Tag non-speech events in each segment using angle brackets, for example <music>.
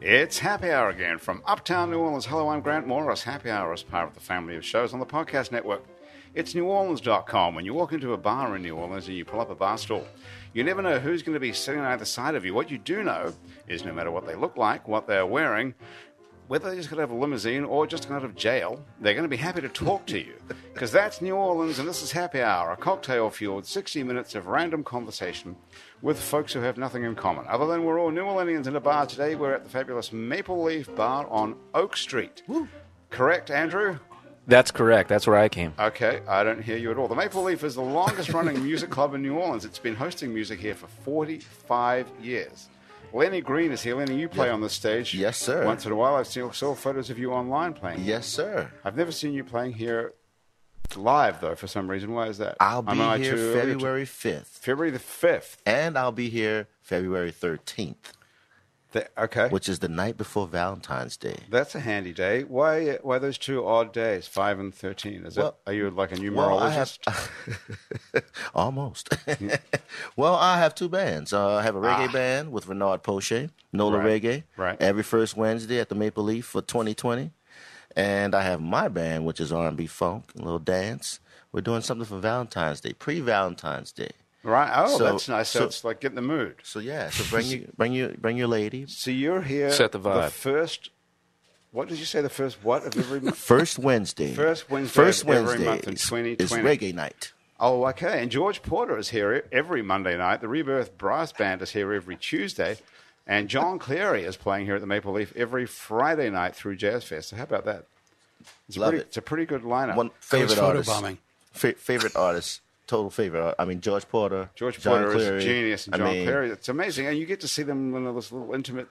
It's Happy Hour again from Uptown New Orleans. Hello, I'm Grant Morris. Happy Hour is part of the family of shows on the podcast network. It's neworleans.com. When you walk into a bar in New Orleans and you pull up a bar stool, you never know who's going to be sitting on either side of you. What you do know is no matter what they look like, what they're wearing, whether they just got out of a limousine or just got out of jail, they're going to be happy to talk to you. Because that's New Orleans and this is Happy Hour, a cocktail fueled 60 minutes of random conversation with folks who have nothing in common. Other than we're all New Orleanians in a bar today, we're at the fabulous Maple Leaf Bar on Oak Street. Correct, Andrew? That's correct. That's where I came. Okay, I don't hear you at all. The Maple Leaf is the longest <laughs> running music club in New Orleans. It's been hosting music here for 45 years. Lenny Green is here. Lenny, you play on the stage. Yes, sir. Once in a while, I've seen saw photos of you online playing. Yes, sir. I've never seen you playing here live though. For some reason, why is that? I'll be Am I here too early? February 5th, February the fifth. and I'll be here February 13th, Th- okay, which is the night before Valentine's Day. that's a handy day. Why? Why those two odd days, five and thirteen? Is Well- it? Are you like a numerologist? Well, I have <laughs> almost. Mm-hmm. <laughs> well, I have two bands. Uh, I have a reggae band with Renard Poche, Nola Ah. Right, Reggae, right. every first Wednesday at the Maple Leaf for 2020, and I have my band, which is R&B funk, a little dance. We're doing something for Valentine's Day, pre-Valentine's Day. right. Oh, So- that's nice. So, so- it's like get in the mood. So yeah, so <laughs> bring you, bring you, bring your lady. So you're here. Set the vibe. first. What did you say? The first what of every <laughs> month? First Wednesday. First Wednesday First of every Wednesday month in is- 2020. Is reggae night. Oh, okay. And George Porter is here e-, every Monday night. The Rebirth Brass Band is here every Tuesday. And John Cleary is playing here at the Maple Leaf every Friday night through Jazz Fest. So how about that? It's a Love pretty, it. It's a pretty good lineup. One favorite photo artist. bombing. Fa- favorite artist. Total favorite. art- I mean, George Porter. George John Porter Cleary. is genius, and I John mean, Cleary. It's amazing, and you get to see them in this little intimate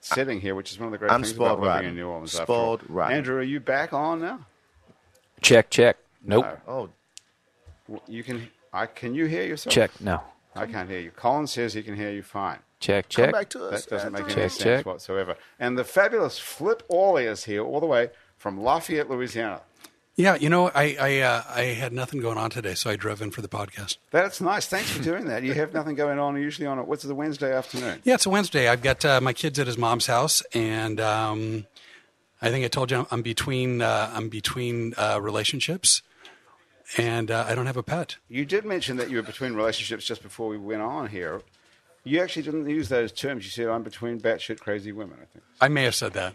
setting here, which is one of the great I'm things spoiled about living rotten. in New Orleans. Spoiled after all. rotten. Andrew, are you back on now? Check, check. Nope. Oh, Well, You can. I can you hear yourself? Check. No. I can't hear you. Colin says he can hear you fine. Check, come check. back to us. That doesn't make any Check, sense check. whatsoever. And the fabulous Flip Orley is here, all the way from Lafayette, Louisiana. Yeah, you know, I I, uh, I had nothing going on today, so I drove in for the podcast. That's nice. Thanks for doing that. You have nothing going on usually on a, what's the Wednesday afternoon? Yeah, it's a Wednesday. I've got uh, my kids at his mom's house, and um, I think I told you I'm- I'm between uh, I'm between uh, relationships, and uh, I don't have a pet. You did mention that you were between relationships just before we went on here. You actually didn't use those terms. You said I'm between batshit crazy women. I think. I may have said that.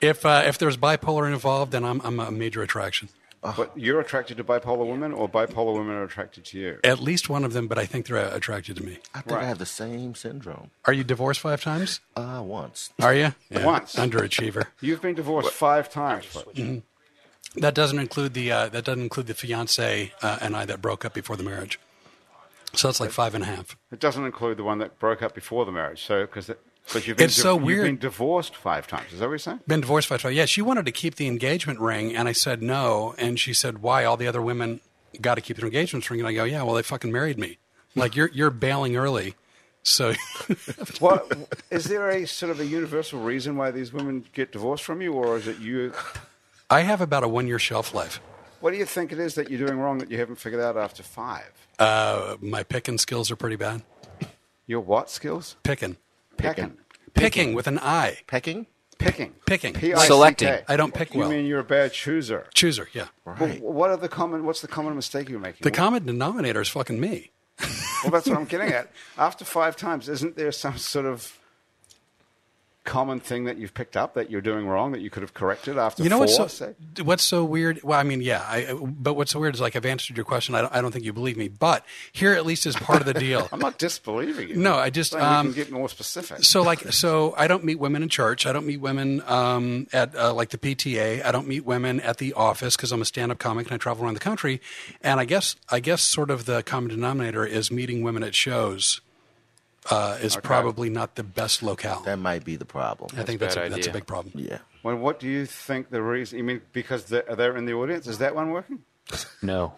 If uh, if there's bipolar involved, then I'm I'm a major attraction. But you're attracted to bipolar women, or bipolar women are attracted to Eh. you. At least one of them, but I think they're uh, attracted to me. I think I have the same syndrome. Are you divorced five times? Ah, once. Are you Yeah. Once. underachiever? You've been divorced five times. Flip. That doesn't include the uh, that doesn't include the fiance uh, and I that broke up before the marriage. So that's like five and a half. It doesn't include the one that broke up before the marriage. So because because you've been It's so you've weird. been divorced five times. Is that what you're <laughs> saying? Been divorced five times. Yeah, she wanted to keep the engagement ring, and I said no. And she said, "Why? All the other women got to keep their engagement ring." And I go, "Yeah, well, they fucking married me. Like you're you're bailing early, so <laughs> Well, is there a sort of a universal reason why these women get divorced from you, or is it you? I have about a one year shelf life. What do you think it is that you're doing wrong that you haven't figured out after five? Uh, my picking skills are pretty bad. Your what skills? Picking, Pecking. picking with an I, Pecking? Picking. Picking. P-I-C-K. Selecting. I don't pick you well. mean you're a bad chooser? chooser. Yeah, Right. Well, what are the common? What's the common mistake you're making? the common denominator is fucking me. well, that's what I'm getting at. After five times, isn't there some sort of common thing that you've picked up that you're doing wrong that you could have corrected after you know four? what's so, say? what's so weird well i mean yeah I, but what's so weird is like i've answered your question I don't, I don't think you believe me but here at least is part of the deal I'm not disbelieving you. No, I just, Saying um, we can get more specific. so like so i don't meet women in church i don't meet women um, at uh, like the pta i don't meet women at the office because i'm a stand-up comic and i travel around the country and i guess i guess sort of the common denominator is meeting women at shows uh, is probably not the best locale That might be the problem. i think that's a, bad that's a idea. big problem Yeah. Well, what do you think the reason? You mean because they're, they're in the audience? Is that one working? No.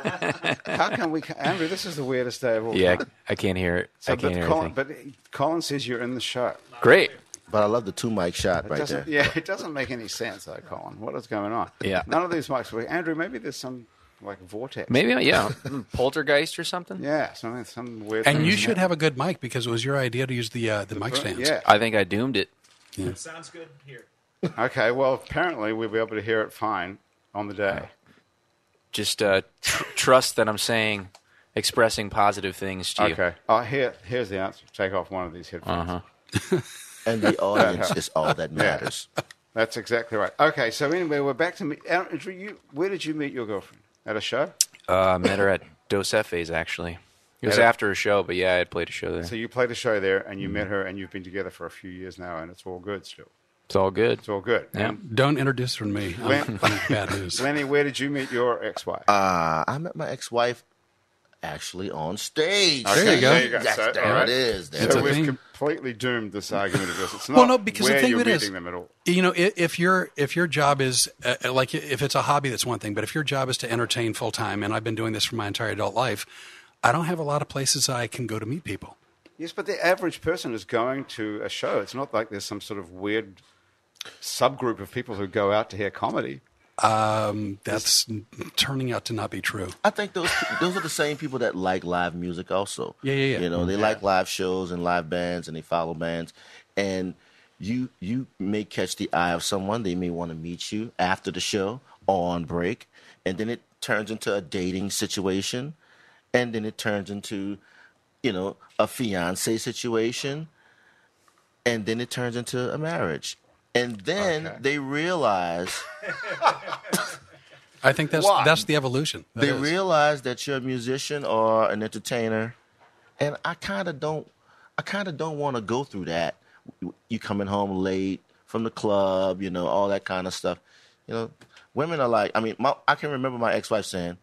How can we, Andrew? This is the weirdest day of all. Yeah, time. I, I can't hear it. So, I can't but, hear Colin, anything. but Colin says you're in the show. Great. But I love the two mic shot It right there. doesn't, <laughs> yeah, it doesn't make any sense, though, Colin. What is going on? Yeah. None of these mics work. Andrew, maybe there's some like a vortex. Maybe, <laughs> yeah. <laughs> Poltergeist or something? Yeah, something, some weird. And thing. you should have a good mic because it was your idea to use the uh, the mic stands. Mm-hmm. Yeah. I think I doomed it. Sounds good here. Okay. Well, apparently we'll be able to hear it fine on the day. Just uh, tr- trust that I'm saying, expressing positive things to you. Okay. Oh, here, here's the answer. Take off one of these headphones. Uh-huh. And the audience is all that matters. That's exactly right. Okay. So anyway, we're back to me. Andrew, you, where did you meet your girlfriend? At a show. Uh, met her at Dos Efes, actually. It was At a- after a show, but yeah, I had played a show there. So you played a show there, and Mm-hmm. you met her, and you've been together for a few years now, and it's all good still. It's all good. It's all good. Yeah. And Don't introduce her to me. I'm, When- I'm bad news. Lenny, where did you meet your ex-wife? Uh, I met my ex wife actually on stage. Okay, There you go. That's, So, there all right. it is. There It's So it a we've thing. completely doomed this argument of this. It's not Well, no, because the where thing you're with it is- meeting them at all. You know, i- if your if your job is uh, uh, like if it's a hobby, that's one thing. But if your job is to entertain full time, and I've been doing this for my entire adult life, I don't have a lot of places I can go to meet people. Yes, but the average person is going to a show. It's not like there's some sort of weird subgroup of people who go out to hear comedy. That's turning out to not be true. I think those those are the same people that like live music also. Yeah, yeah, yeah. You know, they like live shows and live bands and they follow bands. And you you may catch the eye of someone, they may want to meet you after the show or on break, and then it turns into a dating situation, and then it turns into, you know, a fiance situation, and then it turns into a marriage. And then Okay. they realize I think that's Why? that's the evolution. That they is. realize that you're a musician or an entertainer, and I kind of don't, I kind of don't want to go through that. You coming home late from the club, you know, all that kind of stuff. You know, women are like, I mean, my, I can remember my ex-wife saying,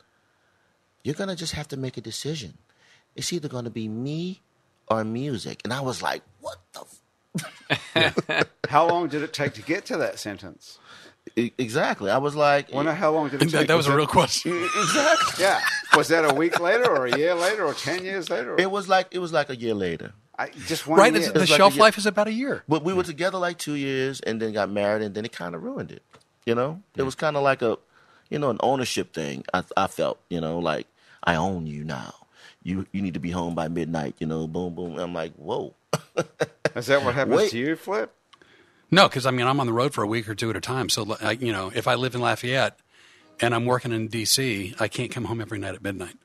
"You're gonna just have to make a decision. It's either gonna be me or music," and I was like, "What the." F-? How long did it take to get to that sentence? E- Exactly. I was like, Well, no, how long did it <laughs> <laughs> that, take? that was a that- real question. exactly. <laughs> Yeah. Was that a week later or a year later or 10 years later? Or, It was like it was like a year later. I, just one Right? year. It's- The like a shelf year- life is about a year. But we were together like two years and then got married and then it kind of ruined it. You know, it was kind of like a, you know, an ownership thing. I I felt, you know, like I own you now. You you need to be home by midnight. You know, boom boom. I'm like, whoa. <laughs> Is that what happens Wait. to you, Flip? No, because I mean I'm on the road for a week or two at a time. So like, I, you know, if I live in Lafayette and I'm working in D.C., I can't come home every night at midnight.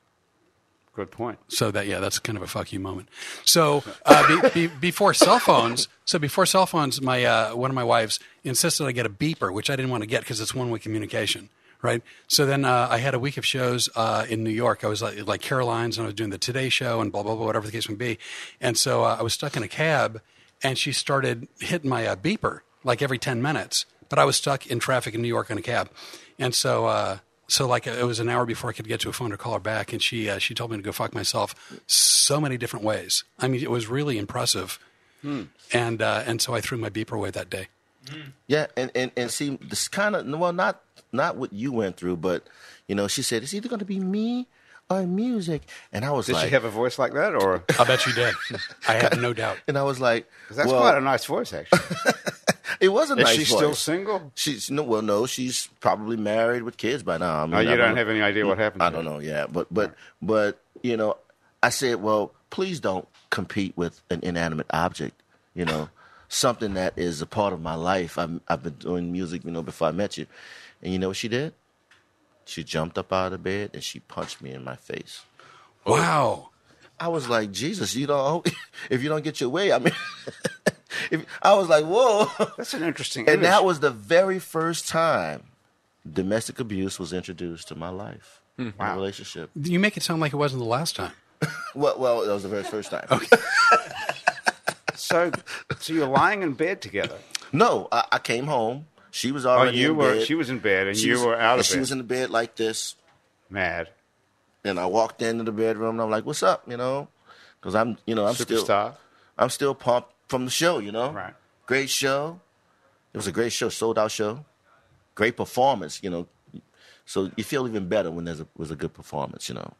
Good point. So that yeah, that's kind of a fuck you moment. So uh, be, be, before cell phones, so before cell phones, my uh, one of my wives insisted I get a beeper, which I didn't want to get because it's one way communication, right? So then uh, I had a week of shows uh, in New York. I was like, like Caroline's, and I was doing the Today Show and blah blah blah, whatever the case may be. And so uh, I was stuck in a cab, and she started hitting my uh, beeper like every ten minutes. But I was stuck in traffic in New York in a cab, and so. Uh, so like it was an hour before I could get to a phone to call her back, and she uh, she told me to go fuck myself so many different ways. I mean, it was really impressive, and uh, and so I threw my beeper away that day. Yeah, and and and see, this kind of well, not not what you went through, but you know, she said it's either going to be me or music, and I was Did like, she have a voice like that? Or I bet you did. <laughs> I have no doubt. and I was like, that's well, quite a nice voice, actually. it was a Is <laughs> nice she voice. still single? She's no, well, no, she's probably married with kids by now. I mean, No, I Oh, you don't know- have any idea what happened. I to don't her. know. Yeah, but but but you know, I said, well, please don't compete with an inanimate object. You know, something that is a part of my life. I'm, I've been doing music, you know, before I met you, and you know what she did? She jumped up out of bed and she punched me in my face. Wow. I was like, Jesus, you don't. <laughs> If you don't get your way, I mean, <laughs> if, I was like, whoa. <laughs> That's an interesting. And image. that was the very first time domestic abuse was introduced to my life. Hmm. My relationship. You make it sound like it wasn't the last time. Well, well, that was the very first time. so. So you're lying in bed together. No, I, I came home. She was Oh, already. you in were. Bed. She was in bed, and She you was- were out and of She bed. was in the bed like this, Mad and I walked into the bedroom and I'm like, "What's up?" You know, because I'm, you know, I'm still, superstar. I'm still pumped from the show. You know, Right. Great show. It was a great show, sold out show. Great performance. You know, so you feel even better when there's a was a good performance. You know,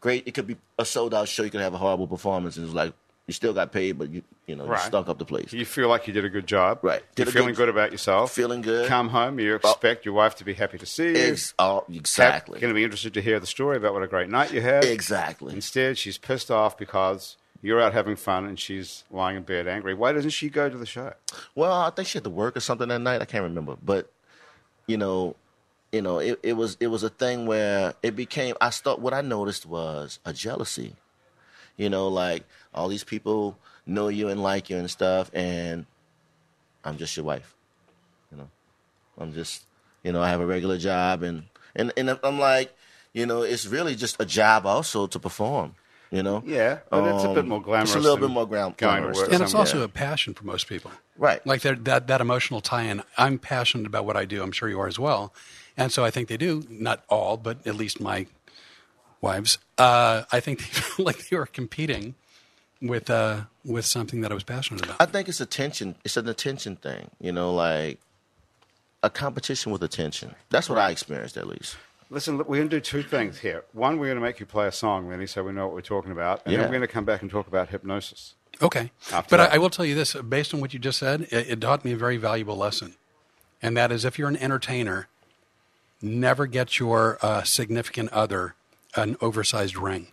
great. It could be a sold out show. You could have a horrible performance, and it's like, you still got paid, but you you know Right. you stunk up the place. You feel like you did a good job. Right. Did You're a good feeling j- good about yourself. Feeling good. Come home. You expect your wife to be happy to see you. Ex- oh, exactly. Going to be interested to hear the story about what a great night you had. Exactly. Instead, she's pissed off because you're out having fun and she's lying in bed angry. Why doesn't she go to the show? Well, I think she had to work or something that night. I can't remember, but you know, you know, it, it was it was a thing where it became. I start what I noticed was a jealousy. You know, like all these people know you and like you and stuff, and I'm just your wife. You know, I'm just you know I have a regular job, and and and I'm like, you know, it's really just a job also to perform. You know, Yeah, but it's a bit more glamorous It's a little than bit more glam- going to glamorous, work. stuff. And it's Some- also yeah. a passion for most people. right? Like that, that, that emotional tie in. I'm passionate about what I do. I'm sure you are as well. And so I think they do, not all, but at least my wives, uh, I think <laughs> they feel like they were competing with, uh, with something that I was passionate about. I think it's attention. It's an attention thing, you know, like a competition with attention. That's what I experienced, at least. Listen, look, we're going to do two things here. One, we're going to make you play a song, Lenny, so we know what we're talking about. And Yeah. then we're going to come back and talk about hypnosis. Okay. After but I, that. I will tell you this based on what you just said, it, it taught me a very valuable lesson. And that is if you're an entertainer, never get your uh, significant other an oversized ring.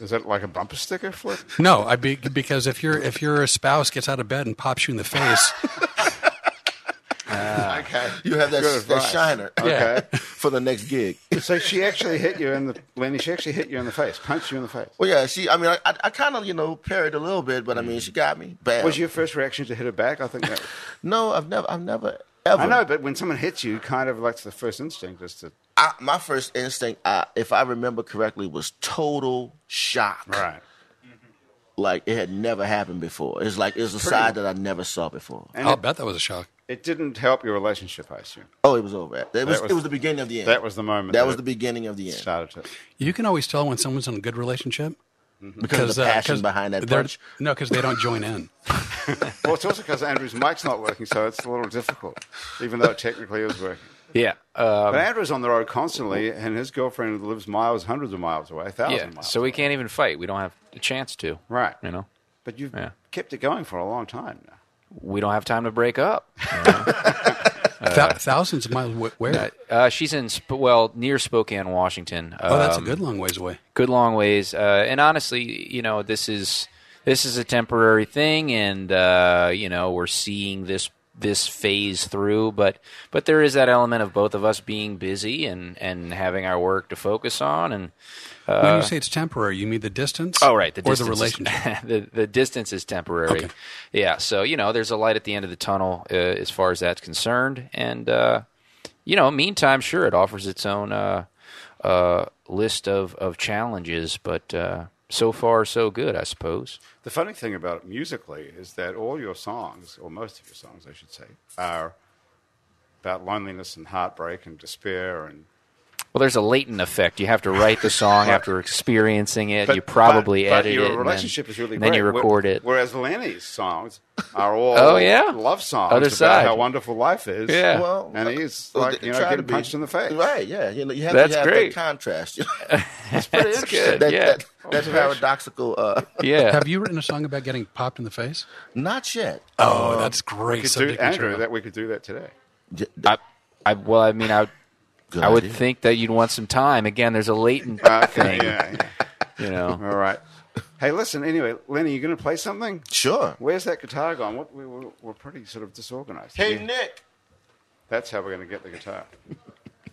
Is that like a bumper sticker <laughs> flip? No, I be, because if your if your spouse gets out of bed and pops you in the face, okay. You have Good that, that advice. <laughs> shiner Okay. for the next gig. so she actually hit you in the Lenny. She actually hit you in the face, punched you in the face. <laughs> Well, yeah, she. I mean, I, I, I kind of you know parried a little bit, but I mean, she got me. Bam. Was your first reaction to hit her back? I <laughs> think that. No, I've never, I've never ever. I know, but when someone hits you, kind of like the first instinct is to. I, my first instinct, I, if I remember correctly, was total shock. Like it had never happened before. It's like it's a side that I never saw before. And I'll it, bet that was a shock. it didn't help your relationship, I assume. Oh, it was over. It was, was- it was the beginning of the end. That was the moment. that was it the beginning of the end. Started to. You can always tell when someone's in a good relationship Mm-hmm. because of the uh, passion 'cause behind that they're- punch. No, because they don't join in. Well, it's also because Andrew's mic's not working, so it's a little difficult, even though it technically is working. Yeah. But Um, Andrew's on the road constantly, and his girlfriend lives miles, hundreds of miles away, a thousand yeah. miles. So we can't even fight. We don't have a chance to. right, You know, But you've Yeah. kept it going for a long time now. we don't have time to break up. Thou- thousands of miles wh- where? Uh, she's in, Sp- well, near Spokane, Washington. oh, that's a Um, good long ways away. good long ways. Uh, and honestly, you know, this is this is a temporary thing, and uh, you know, we're seeing this this phase through. But but there is that element of both of us being busy and and having our work to focus on, and when you say it's temporary, you mean the distance? Oh, right. The or distance the is- relationship. the, the distance is temporary. Okay. Yeah. So, you know, there's a light at the end of the tunnel uh, as far as that's concerned. And, uh, you know, meantime, sure, it offers its own uh, uh, list of, of challenges, but uh, so far, so good, I suppose. The funny thing about it musically is that all your songs, or most of your songs, I should say, are about loneliness and heartbreak and despair. And Well, there's a latent effect. You have to write <laughs> the song after experiencing it. but- you probably but, but edit your it. and relationship then, is really and then you great. Whe- record it. Whereas Lenny's songs <laughs> are all Oh, yeah. love songs Other about side. how wonderful life is. Yeah. Well, uh, and he's well, like they you know try to getting be- punched in the face. Right, yeah. You know, you have That's to have great. that contrast. <laughs> <laughs> That's good. that, yeah. that, Oh, that paradoxical. Uh, <laughs> <laughs> yeah. Have you written a song about getting popped in the face? not yet. Uh, Oh, that's great. Could do, subject Andrew, material. that we could do that today. J- I, I, well, I mean, I. good I would idea. think that you'd want some time. Again, there's a latent Okay, thing, yeah, yeah. you know. All right. Hey, listen. Anyway, Lenny, you going to play something? Sure. Where's that guitar gone? What, we, we're, we're pretty sort of disorganized. Yeah. Nick. That's how we're going to get the guitar. <laughs>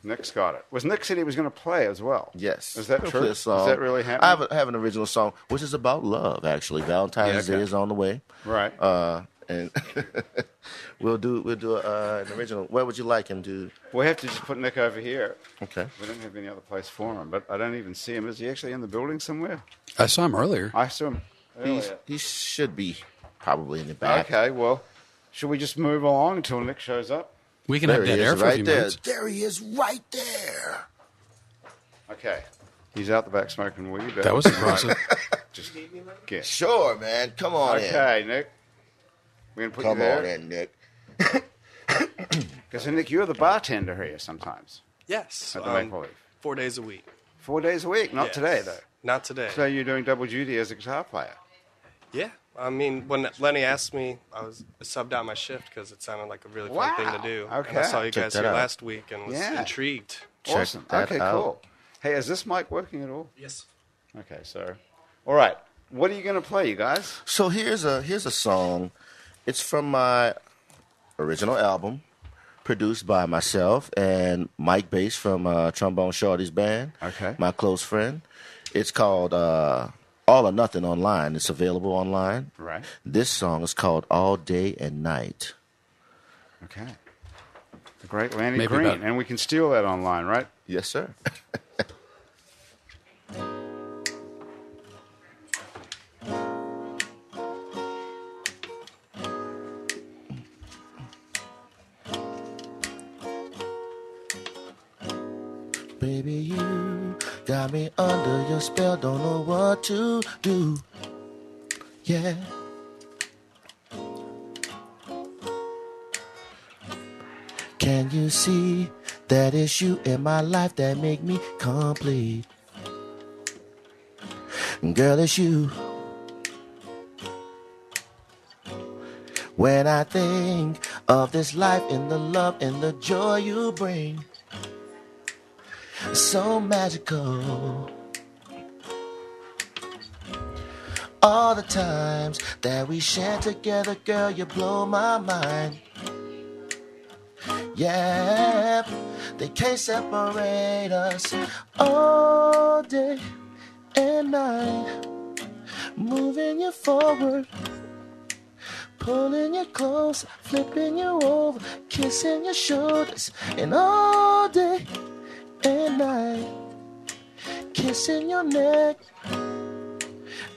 Nick's got it. Was Nick said he was going to play as well? Yes. Is that We'll true? play a Is song. that really I happening? have, a, have an original song, which is about love, actually. Valentine's Yeah, okay. Day is on the way. right. Uh, and <laughs> we'll do we'll do uh, an original. Where would you like him to? we have to just put Nick over here. Okay. We don't have any other place for him, but I don't even see him. Is he actually in the building somewhere? I saw him earlier. I saw him He's, earlier. he should be probably in the back. Okay, well, should we just move along until Nick shows up? We can There have he dead air is, for a few right there. minutes. There he is, right there. Okay. He's out the back smoking weed. That was impressive. just get. Sure, man. Come on in. Okay, Nick. We're going to put Oh, Come you on there. in, Nick. Because, Nick, you're the bartender here sometimes Yes. at the um, Make Believe. four days a week. Four days a week, not Yes. today, though. Not today. So you're doing double duty as a guitar player. Yeah. I mean, when Lenny asked me, I was I subbed out my shift because it sounded like a really fun Wow. thing to do. And Okay. I saw you Check guys that here out. last week and was Yeah. intrigued. Check awesome. that okay, out. cool. Hey, is this mic working at all? Yes. Okay, so. All right. What are you going to play, you guys? So here's a here's a song. It's from my original album, produced by myself and Mike Bass from uh, Trombone Shorty's band. Okay. my close friend. It's called uh, All or Nothing online. It's available online. Right. This song is called All Day and Night. Okay. The great Lanny Maybe Green. about- And we can steal that online, right? Yes, sir. Baby, you got me under your spell, don't know what to do. Yeah. Can you see that it's you in my life that make me complete? Girl, it's you. When I think of this life and the love and the joy you bring, so magical. All the times that we share together, girl, you blow my mind. Yep, they can't separate us all day and night. Moving you forward, pulling you close, flipping you over, kissing your shoulders, and all day and night. Kissing your neck,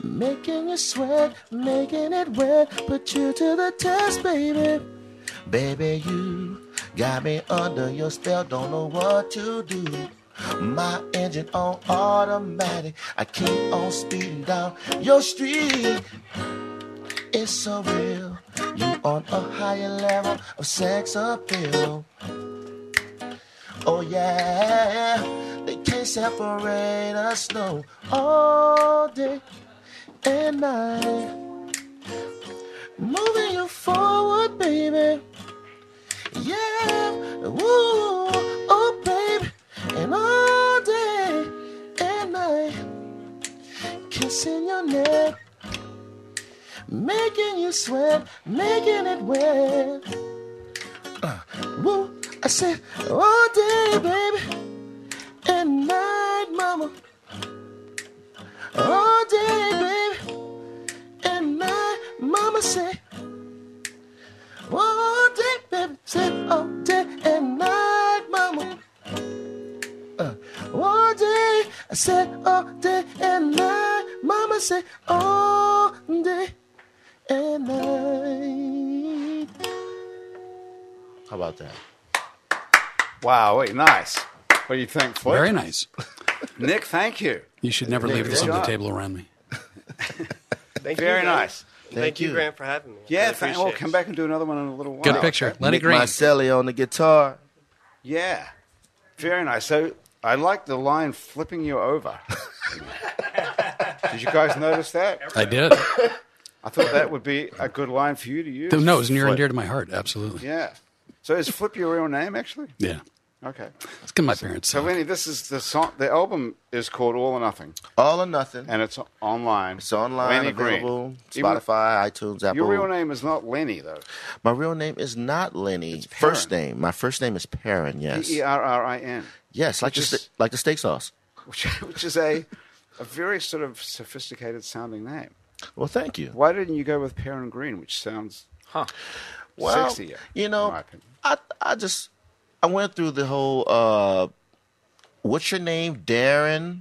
making you sweat, making it wet, put you to the test, baby. Baby, you got me under your spell, don't know what to do. My engine on automatic, I keep on speeding down your street. It's so real, you on a higher level of sex appeal. Oh yeah, they can't separate us no all day and night. Moving you forward, baby. Yeah, woo, oh baby, and all day and night, kissing your neck, making you sweat, making it wet. Uh, woo, I said all day, baby, and night, mama. All day, baby, and night, mama say. All day, baby, sit all day and night, mama. Uh, all day, I said all day and night, mama say all day and night. How about that? Wow, wait, nice. <laughs> What do you think, Flip? Very nice. Nick, thank you. You should never leave this good on the job. table around me. Thank you. Very guys. nice. Thank, you, you. Grant, for having me. I Yeah, really thank, appreciate we'll it. come back and do another one in a little while. Good picture. Lenny Nick Green. Marcelli on the guitar. Yeah. Very nice. So I like the line flipping you over. Did you guys notice that? I did. I thought that would be a good line for you to use. <coughs> no, it was near and dear to my heart. Absolutely. Yeah. So is Flip your real name, actually? Yeah. Okay. Let's give my parents. So, Uh, some. Lenny, this is the song. The album is called All or Nothing, All or nothing. and it's online. It's online, Lenny Green. available, Even- Spotify, iTunes, Apple. Your real name is not Lenny, though. My real name is not Lenny. First name. My first name is Perrin. Yes. E R R I N, Yes, like the Which sta- is- like the steak sauce. which, which is a, a very sort of sophisticated sounding name. Well, thank you. Why didn't you go with Perrin Green, which sounds Huh. Well, sexier? you in my know, opinion? I I just I went through the whole uh, what's your name, <laughs> Darren,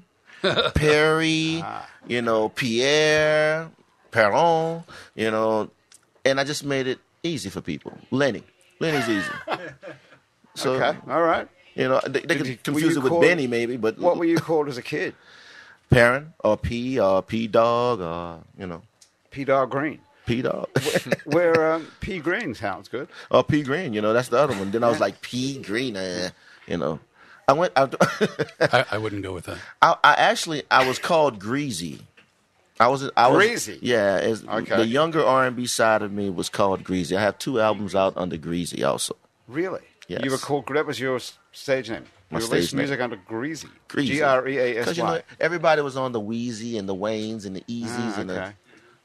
Perry, Uh-huh. you know, Pierre, Perron, you know, and I just made it easy for people. Lenny, Lenny's easy. <laughs> So Okay, all right. you know, they, they Did could you- were confuse you it with called- Benny maybe, but What were you called as a kid? Perrin or P or P Dog or you know <laughs> P Dog <laughs> Green. P Dog. Where um, P Green sounds good. Oh, P Green, uh, you know, that's the other one. Then I was like, P Green, eh, you know. I went. I, I, I wouldn't go with that. <laughs> I, I actually I was called greasy. I was I was Greasy? Yeah, it's- Okay. the younger R and B side of me was called greasy. I have two albums out under greasy also. Really? Yes. You were called, that was your s- stage name. My you released stage name. music under Greasy. Greasy. G R E A 'Cause, S you know, Y. everybody was on the Wheezy and the Waynes and the Easies Ah, and the, okay.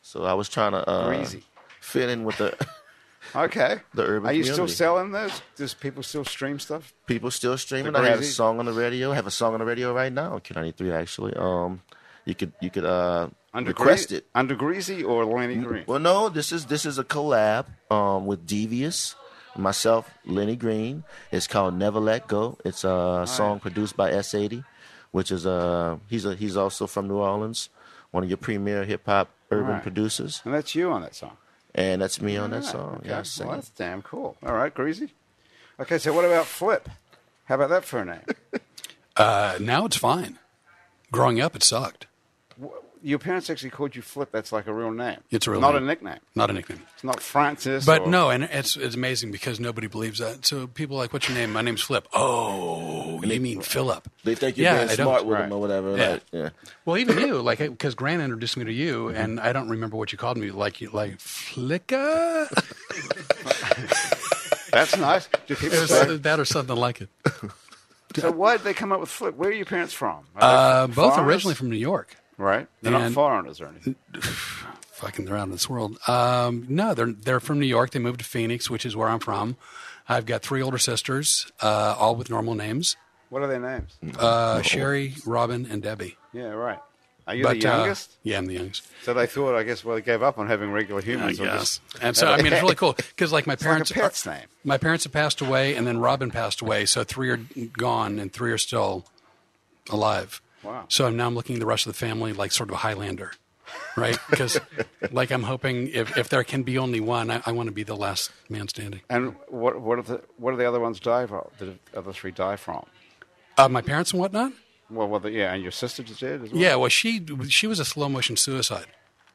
so I was trying to uh, Greasy. fit in with the <laughs> Okay. The urban Are you still community. selling those? Does people still stream stuff? people still streaming. The I have a Greasy. song on the radio. I have a song on the radio right now, Q ninety three actually. Um, you could you could uh Under request Greasy, it. Mm, Under Greasy or Lenny Green? Well, no, this is this is a collab um, with Devious, myself, Lenny Green. It's called Never Let Go. It's a song produced by S80, which is uh, he's a he's also from New Orleans, one of your premier hip hop urban Right. producers, and that's you on that song. and that's me on that Right, song. Okay. Yeah, I well, sing. that's damn cool. All right, Greasy. Okay, so what about Flip? How about that for a name? Uh, now it's fine. Growing up, it sucked. Your parents actually called you Flip. That's like a real name. It's a real not name. a nickname. Not a nickname. It's not Francis. But or- no, and it's it's amazing because nobody believes that. So people are like, "What's your name?" My name's Flip. Oh, you mean Philip? They think you're Yeah, I being don't- smart with Right. them or whatever. Yeah. like, yeah. Well, even you, like, because Grant introduced me to you, Mm-hmm. and I don't remember what you called me. Like, you <laughs> like Flicka, That's <laughs> nice. Do people it was uh, say- that or something like it. so why did they come up with Flip? Where are your parents from? Are they Uh, both foreigners? originally from New York. Right. They're not And- foreigners or anything. fucking they're out of this world. Um, no, they're they're from New York. They moved to Phoenix, which is where I'm from. I've got three older sisters, uh, all with normal names: What are their names? uh, Sherry, Robin, and Debbie. Yeah, right. Are you Oh. the uh, youngest? yeah, I'm the youngest. so they thought, I guess, well, they gave up on having regular I humans. or guess. just- And so I mean, it's really cool because like my like a parents, pet's name. my parents have passed away, and then Robin passed away. So three are gone, and three are still alive. Wow. So I'm now I'm looking at the rest of the family like sort of a Highlander, right? <laughs> Because like I'm hoping if, if there can be only one, I, I want to be the last man standing. And what what are the what are the other ones die from? The other three die from? Uh, my parents and whatnot. Well, well, the, yeah, and your sister just did as well. Yeah, well, she she was a slow motion suicide.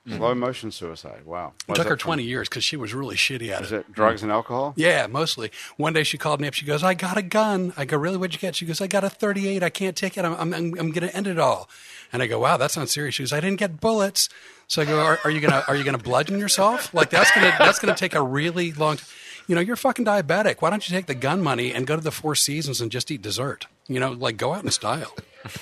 Slow motion suicide. Wow. It Was took it- her twenty years because she was really shitty at Is it. it drugs and alcohol? Yeah, mostly. One day she called me up. She goes, "I got a gun." I go, "Really? What'd you get?" She goes, "I got a 38. I can't take it. I'm I'm I'm, I'm gonna end it all." And I go, "Wow, that's not serious." She goes, "I didn't get bullets." So I go, "Are, are you gonna are you gonna bludgeon yourself? Like that's gonna that's gonna take a really long." T- you know, you're fucking diabetic. Why don't you take the gun money and go to the Four Seasons and just eat dessert? You know, like go out in style.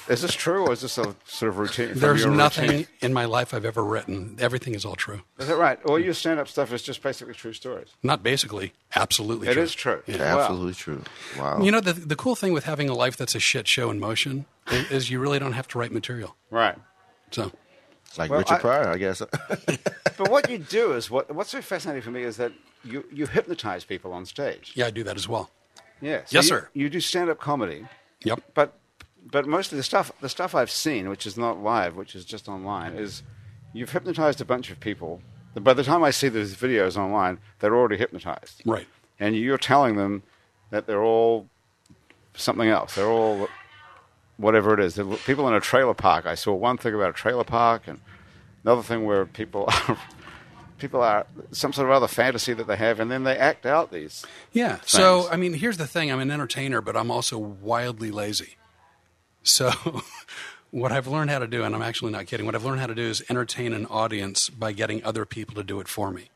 Is this true or is this a sort of routine? from There's your nothing routine? in my life I've ever written. Everything is all true. Is that right? All your stand up stuff is just basically true stories. Not basically, absolutely It true. is true. Yeah, Wow. absolutely true. Wow. You know, the, the cool thing with having a life that's a shit show in motion i- is, you really don't have to write material. Right. So, it's like Well, Richard I- Pryor, I guess. <laughs> But what you do is what what's so fascinating for me is that you, you hypnotize people on stage. yeah, I do that as well. Yeah. Yes, you- sir. You do stand up comedy. Yep. but but mostly the stuff the stuff I've seen, which is not live, which is just online, is you've hypnotized a bunch of people. By the time I see those videos online, they're already hypnotized, Right. And you're telling them that they're all something else. They're all whatever it is. They're people in a trailer park. I saw one thing about a trailer park, and another thing where people <laughs> are. People are some sort of other fantasy that they have, and then they act out these. Yeah. So, Thanks. I mean, here's the thing I'm an entertainer, but I'm also wildly lazy. So, <laughs> what I've learned how to do, and I'm actually not kidding, what I've learned how to do is entertain an audience by getting other people to do it for me.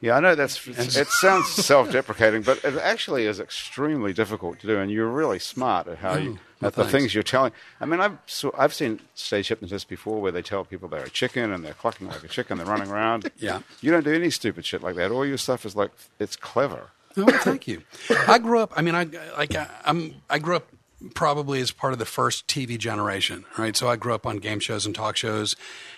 Yeah, I know that's. It sounds self-deprecating, but it actually is extremely difficult to do, and you're really smart at how you well, at the thanks. things you're telling. I mean, I've so I've seen stage hypnotists before where they tell people they're a chicken and they're clucking like a chicken, they're running around. Yeah. you don't do any stupid shit like that. All your stuff is like it's clever. Oh, well, thank you. I grew up. I mean, I like I, I'm. I grew up probably as part of the first TV generation, right? So I grew up on game shows and talk shows,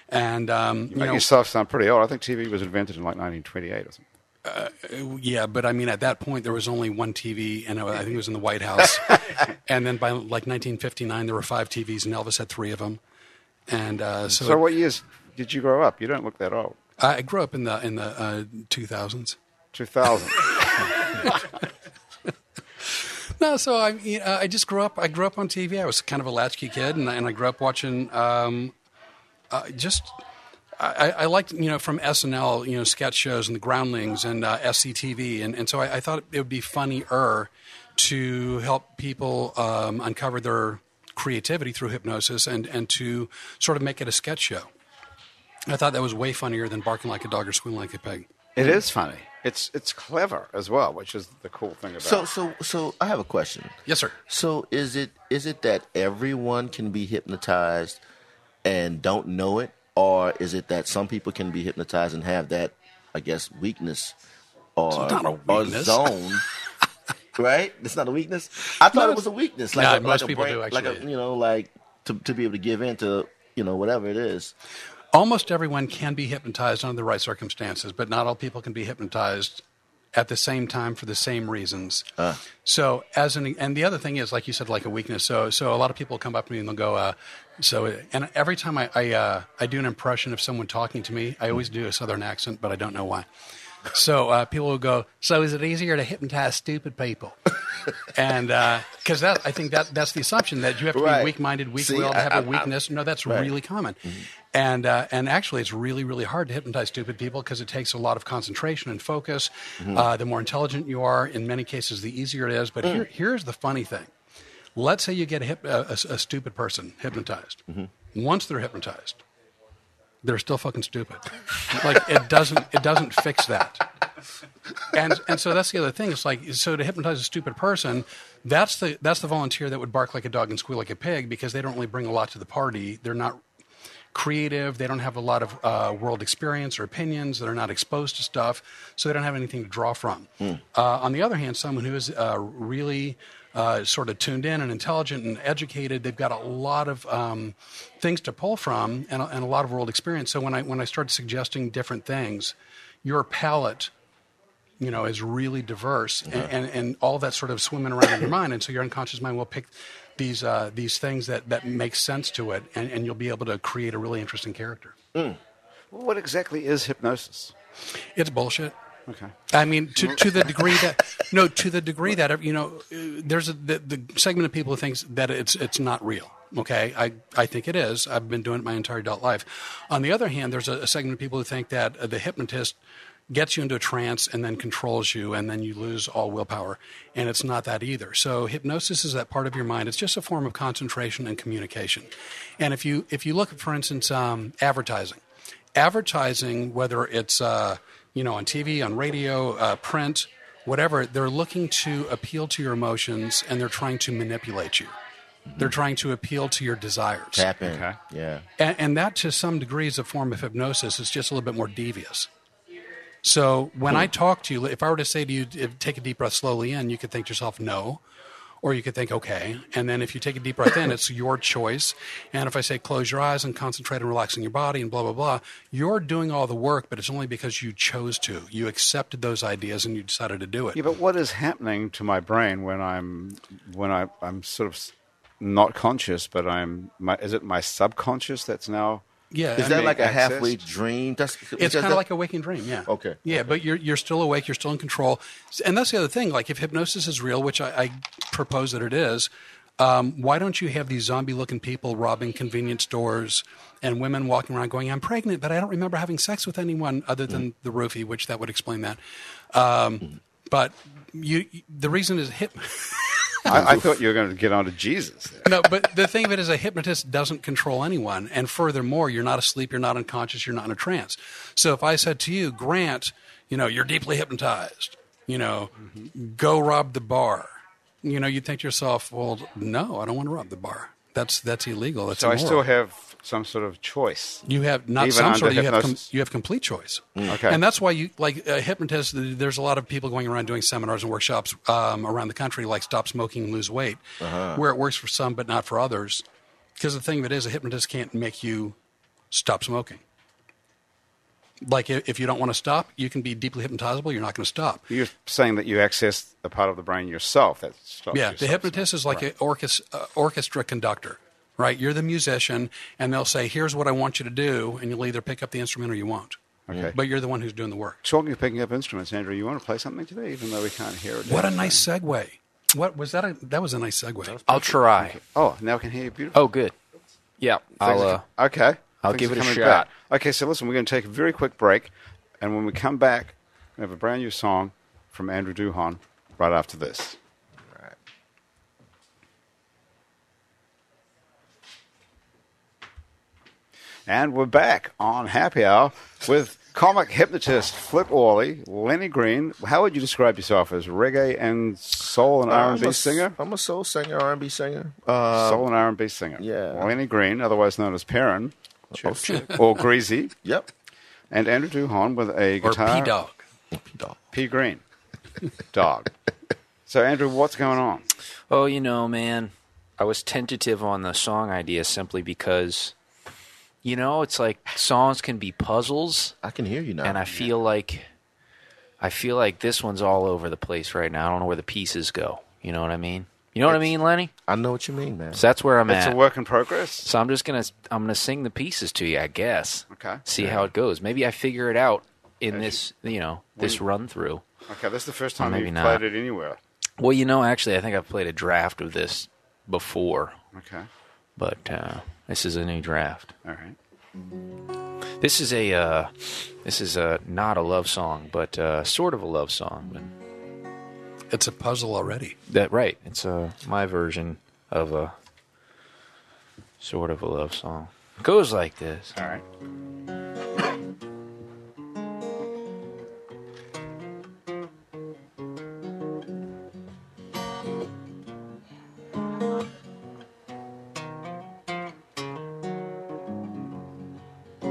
and um, you You, make know, yourself sound pretty old. I think TV was invented in like 1928 or something. yeah. But I mean, at that point, there was only one TV, and I think it was in the <laughs> White House. and then by like 1959, there were five TVs, and Elvis had three of them. And uh, so, So, what years did you grow up? You don't look that old. I I grew up in the in the uh, 2000s. 2000. No, so I you know, I just grew up. I grew up on TV. I was kind of a latchkey kid, and, I- and I grew up watching um, uh, just. I, I liked, you know, from SNL, you know, sketch shows and the Groundlings and uh, SCTV, and, and so I, I thought it would be funnier to help people um, uncover their creativity through hypnosis and, and to sort of make it a sketch show. I thought that was way funnier than barking like a dog or squealing like a pig. It is funny. It's it's clever as well, which is the cool thing about So it. so so I have a question. Yes, sir. So is it is it that everyone can be hypnotized and don't know it, or is it that some people can be hypnotized and have that, I guess, weakness or, not a or weakness. <laughs> zone? right? It's not a weakness. I thought it was a weakness. Like No, a, most like a people brain- do, Like a, actually. you know, like to to be able to give in to you know whatever it is. Almost everyone can be hypnotized under the right circumstances, but not all people can be hypnotized at the same time for the same reasons. Uh. So, as an and the other thing is, like you said, like a weakness. So, so a lot of people come up to me and they'll go, uh, "So," and every time I I, uh, I do an impression of someone talking to me, I always do a southern accent, but I don't know why. So uh, people will go. So is it easier to hypnotize <laughs> stupid people? and because that, I think that that's the assumption that you have to Right. be weak-minded, See, weak-willed, I- have I- a I- Mm-hmm. weakness. no, that's really common. And uh, and actually, it's really really hard to hypnotize stupid people because it takes a lot of concentration and focus. Mm-hmm. Uh, the more intelligent you are, in many cases, the easier it is. But Mm. here, here's the funny thing: let's say you get a, hyp- a, a- a stupid person hypnotized. Mm-hmm. Once they're hypnotized, they're still fucking stupid. like it doesn't it doesn't fix that. And and so that's the other thing. It's like so to hypnotize a stupid person, that's the that's the volunteer that would bark like a dog and squeal like a pig because they don't really bring a lot to the party. They're not creative. They don't have a lot of uh, world experience or opinions. They're not exposed to stuff, so they don't have anything to draw from. Uh, on the other hand, someone who is uh, really uh, sort of tuned in and intelligent and educated, they've got a lot of um, things to pull from and, a- and a lot of world experience. So when I when I start suggesting different things, your palette you know, is really diverse, and, and, and all that sort of swimming around in your mind, and so your unconscious mind will pick these uh, these things that that make sense to it, and, and you'll be able to create a really interesting character. what exactly is hypnosis? It's bullshit. Okay. I mean, to, to the degree that no, to the degree that you know, uh, there's a, the, the segment of people who thinks that it's it's not real. Okay, I, I think it is. I've been doing it my entire adult life. On the other hand, there's a, a segment of people who think that uh, the hypnotist gets you into a trance and then controls you, and then you lose all willpower. And it's not that either. So hypnosis is that part of your mind. It's just a form of concentration and communication. And if you if you look at, for instance, um, advertising advertising, whether it's uh, you know on TV, on radio, uh, print, whatever, they're looking to appeal to your emotions and they're trying to manipulate you. They're trying to appeal to your desires, Tap in. Okay. Yeah. and, and that to some degree is a form of hypnosis. It's just a little bit more devious. So when I talk to you, if I were to say to you, if- take a deep breath slowly in, you could think to yourself, no. Or you could think, okay. And then if you take a deep breath in, it's your choice. And if I say, close your eyes and concentrate on relaxing your body and blah, blah, blah, you're doing all the work, but it's only because you chose to. You accepted those ideas and you decided to do it. Yeah, but what is happening to my brain when I'm when I, I'm sort of s- not conscious, but I'm my, is it my subconscious that's now? <laughs> yeah. Is I that mean, like a accessed? halfway dream? That's It's because kind of that- like a waking dream, yeah. Okay, Yeah, but you're you're still awake, you're still in control, and that's the other thing. Like if hypnosis is real, which I, I propose that it is, um, why don't you have these zombie-looking people robbing convenience stores and women walking around going, "I'm pregnant, but I don't remember having sex with anyone other than the roofie," which that would explain that. Um, But you, the reason is hip. I, I thought you were going to get onto Jesus. There. no, but the thing of it is, a hypnotist doesn't control anyone. And furthermore, you're not asleep, you're not unconscious, you're not in a trance. So if I said to you, Grant, you know, you're deeply hypnotized, you know, Mm-hmm. go rob the bar, you know, you'd think to yourself, well, no, I don't want to rob the bar. That's that's illegal. That's So I immoral. still have some sort of choice. You have not Even some under sort. of- You have com- hypnosis? Mm, you have complete choice. Okay. and that's why you like uh, hypnotists. There's a lot of people going around doing seminars and workshops um, around the country, like stop smoking and lose weight, Uh-huh. where it works for some but not for others. Because the thing of it is, a hypnotist can't make you stop smoking. Like i- if you don't want to stop, you can be deeply hypnotizable. You're not going to stop. You're saying that you access the part of the brain yourself that stops. Yeah, you the stop hypnotist is like smoking. an orchestra, uh, orchestra conductor, right? You're the musician, and they'll say, "Here's what I want you to do," and you'll either pick up the instrument or you won't. Okay. But you're the one who's doing the work. Talking of picking up instruments, Andrew, you want to play something today, even though we can't hear it. What a nice segue. What was that? A, that was a nice segue. <laughs> I'll try. Oh, now I can hear you beautifully. Oh, good. Yeah, I'll. Uh, okay. I'll Things give are it a coming shot. back. Okay, so listen, we're going to take a very quick break, and when we come back, we have a brand new song from Andrew Duhon right after this. Right. And we're back on Happy Hour with comic hypnotist Flip Orley, Lenny Green. How would you describe yourself as reggae and soul and Uh, I'm R&B a- singer? I'm a soul singer, R&B singer. Uh, soul and R&B singer. yeah. Lenny Green, otherwise known as Perrin oh, shit. or Greasy, Yep. and Andrew Duhon with a or guitar. P Dog. Dog. P Green. Dog. So Andrew, what's going on? Oh, you know, man, I was tentative on the song idea simply because, you know, it's like songs can be puzzles, I can hear you now. and I feel like, I feel like this one's all over the place right now. I don't know where the pieces go. You know what I mean? You know what I mean, Lenny? I know what you mean, man. So that's where I'm It's at. a work in progress. so I'm just gonna, I'm gonna sing the pieces to you, I guess. Okay. See how it goes. Maybe I figure it out in As this, you know, this run through. Okay, that's the first time maybe you've not. played it anywhere. Well, you know, actually, I think I've played a draft of this before, Okay. but uh, this is a new draft. All right. This is a uh, this is a not a love song, but uh, sort of a love song. But It's a puzzle already. that right? It's uh, my version of a sort of a love song. Goes like this. All right.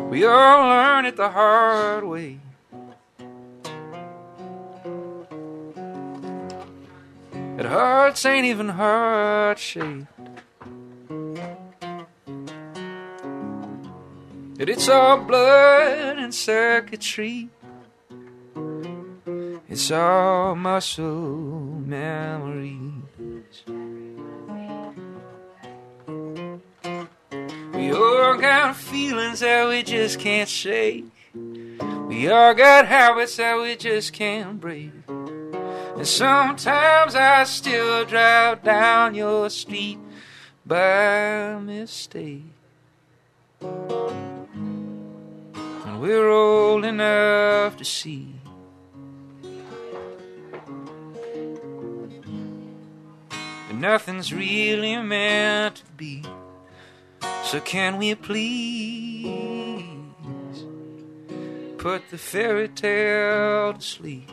We all learn it the hard way. That hearts ain't even heart shaped. That it's all blood and circuitry. It's all muscle memories. We all got feelings that we just can't shake. We all got habits that we just can't break. And sometimes I still drive down your street by mistake. And we're old enough to see. that Nothing's really meant to be. So can we please put the fairy tale to sleep?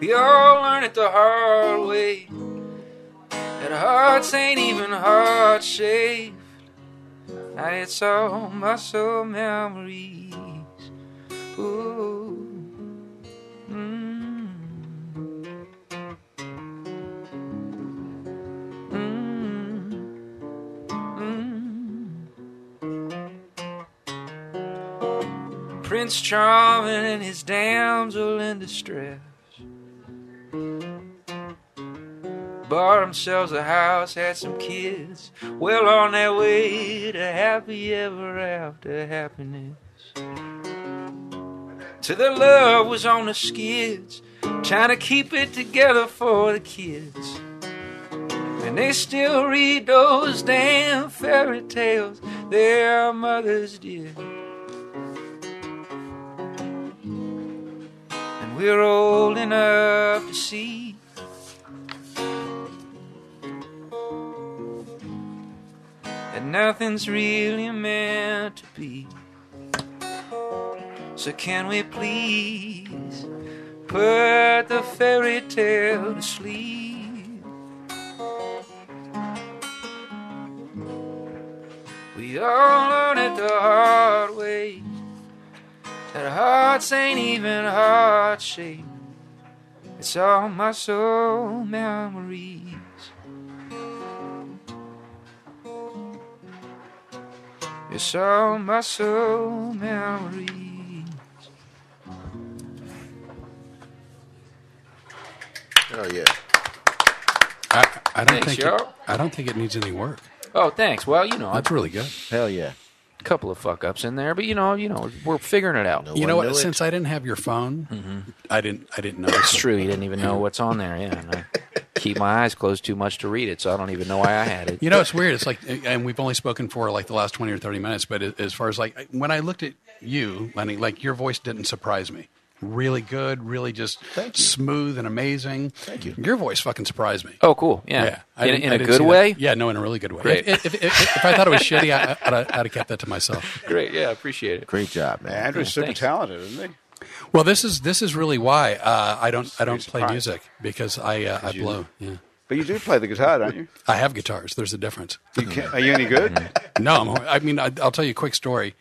We all learn it the hard way. That hearts ain't even heart shaped. Now it's all muscle memories. Ooh. Mm. Prince Charming and his damsel in distress bought themselves a house, had some kids, well on their way to happy ever after happiness. To their love was on the skids, trying to keep it together for the kids. And they still read those damn fairy tales their mothers did. And we're old enough to see that nothing's really meant to be. So can we please put the fairy tale to sleep? We all learn it the hard way. That hearts ain't even heart shaped. It's all muscle memories. It's all muscle memories. Oh yeah. I, I don't Thanks, think it, y'all. I don't think it needs any work. Oh, thanks. Well, you know, a That's really good. Hell yeah. couple of fuck ups in there, but you know, you know, we're figuring it out. No You one know knew what? it. Since I didn't have your phone, I didn't I didn't know. It's true. You didn't even know what's on there. Yeah. and I keep my eyes closed too much to read it, so I don't even know why I had it. You know, it's weird. It's like, and we've only spoken for like the last 20 or 30 minutes, but as far as like, when I looked at you, Lenny, like your voice didn't surprise me. really good, really just Thank you. smooth and amazing. Thank you. Your voice fucking surprised me. Oh, cool. Yeah. I in didn't- in I a didn't good see that. way? Yeah, no, in a really good way. Great. If, if, if, if I thought it was shitty, I, I- I'd, have- I'd have kept that <laughs> to myself. Great. Yeah, appreciate it. Great job, man. Andrew's super thanks. talented, isn't he? Well, this is this is really why uh, I don't I don't play surprised. music because I uh, I blow. Yeah, But you do play the guitar, don't you? I have guitars. There's a difference. you can, are you any good? Mm-hmm. No, I'm, hor- I mean, I, I'll tell you a quick story.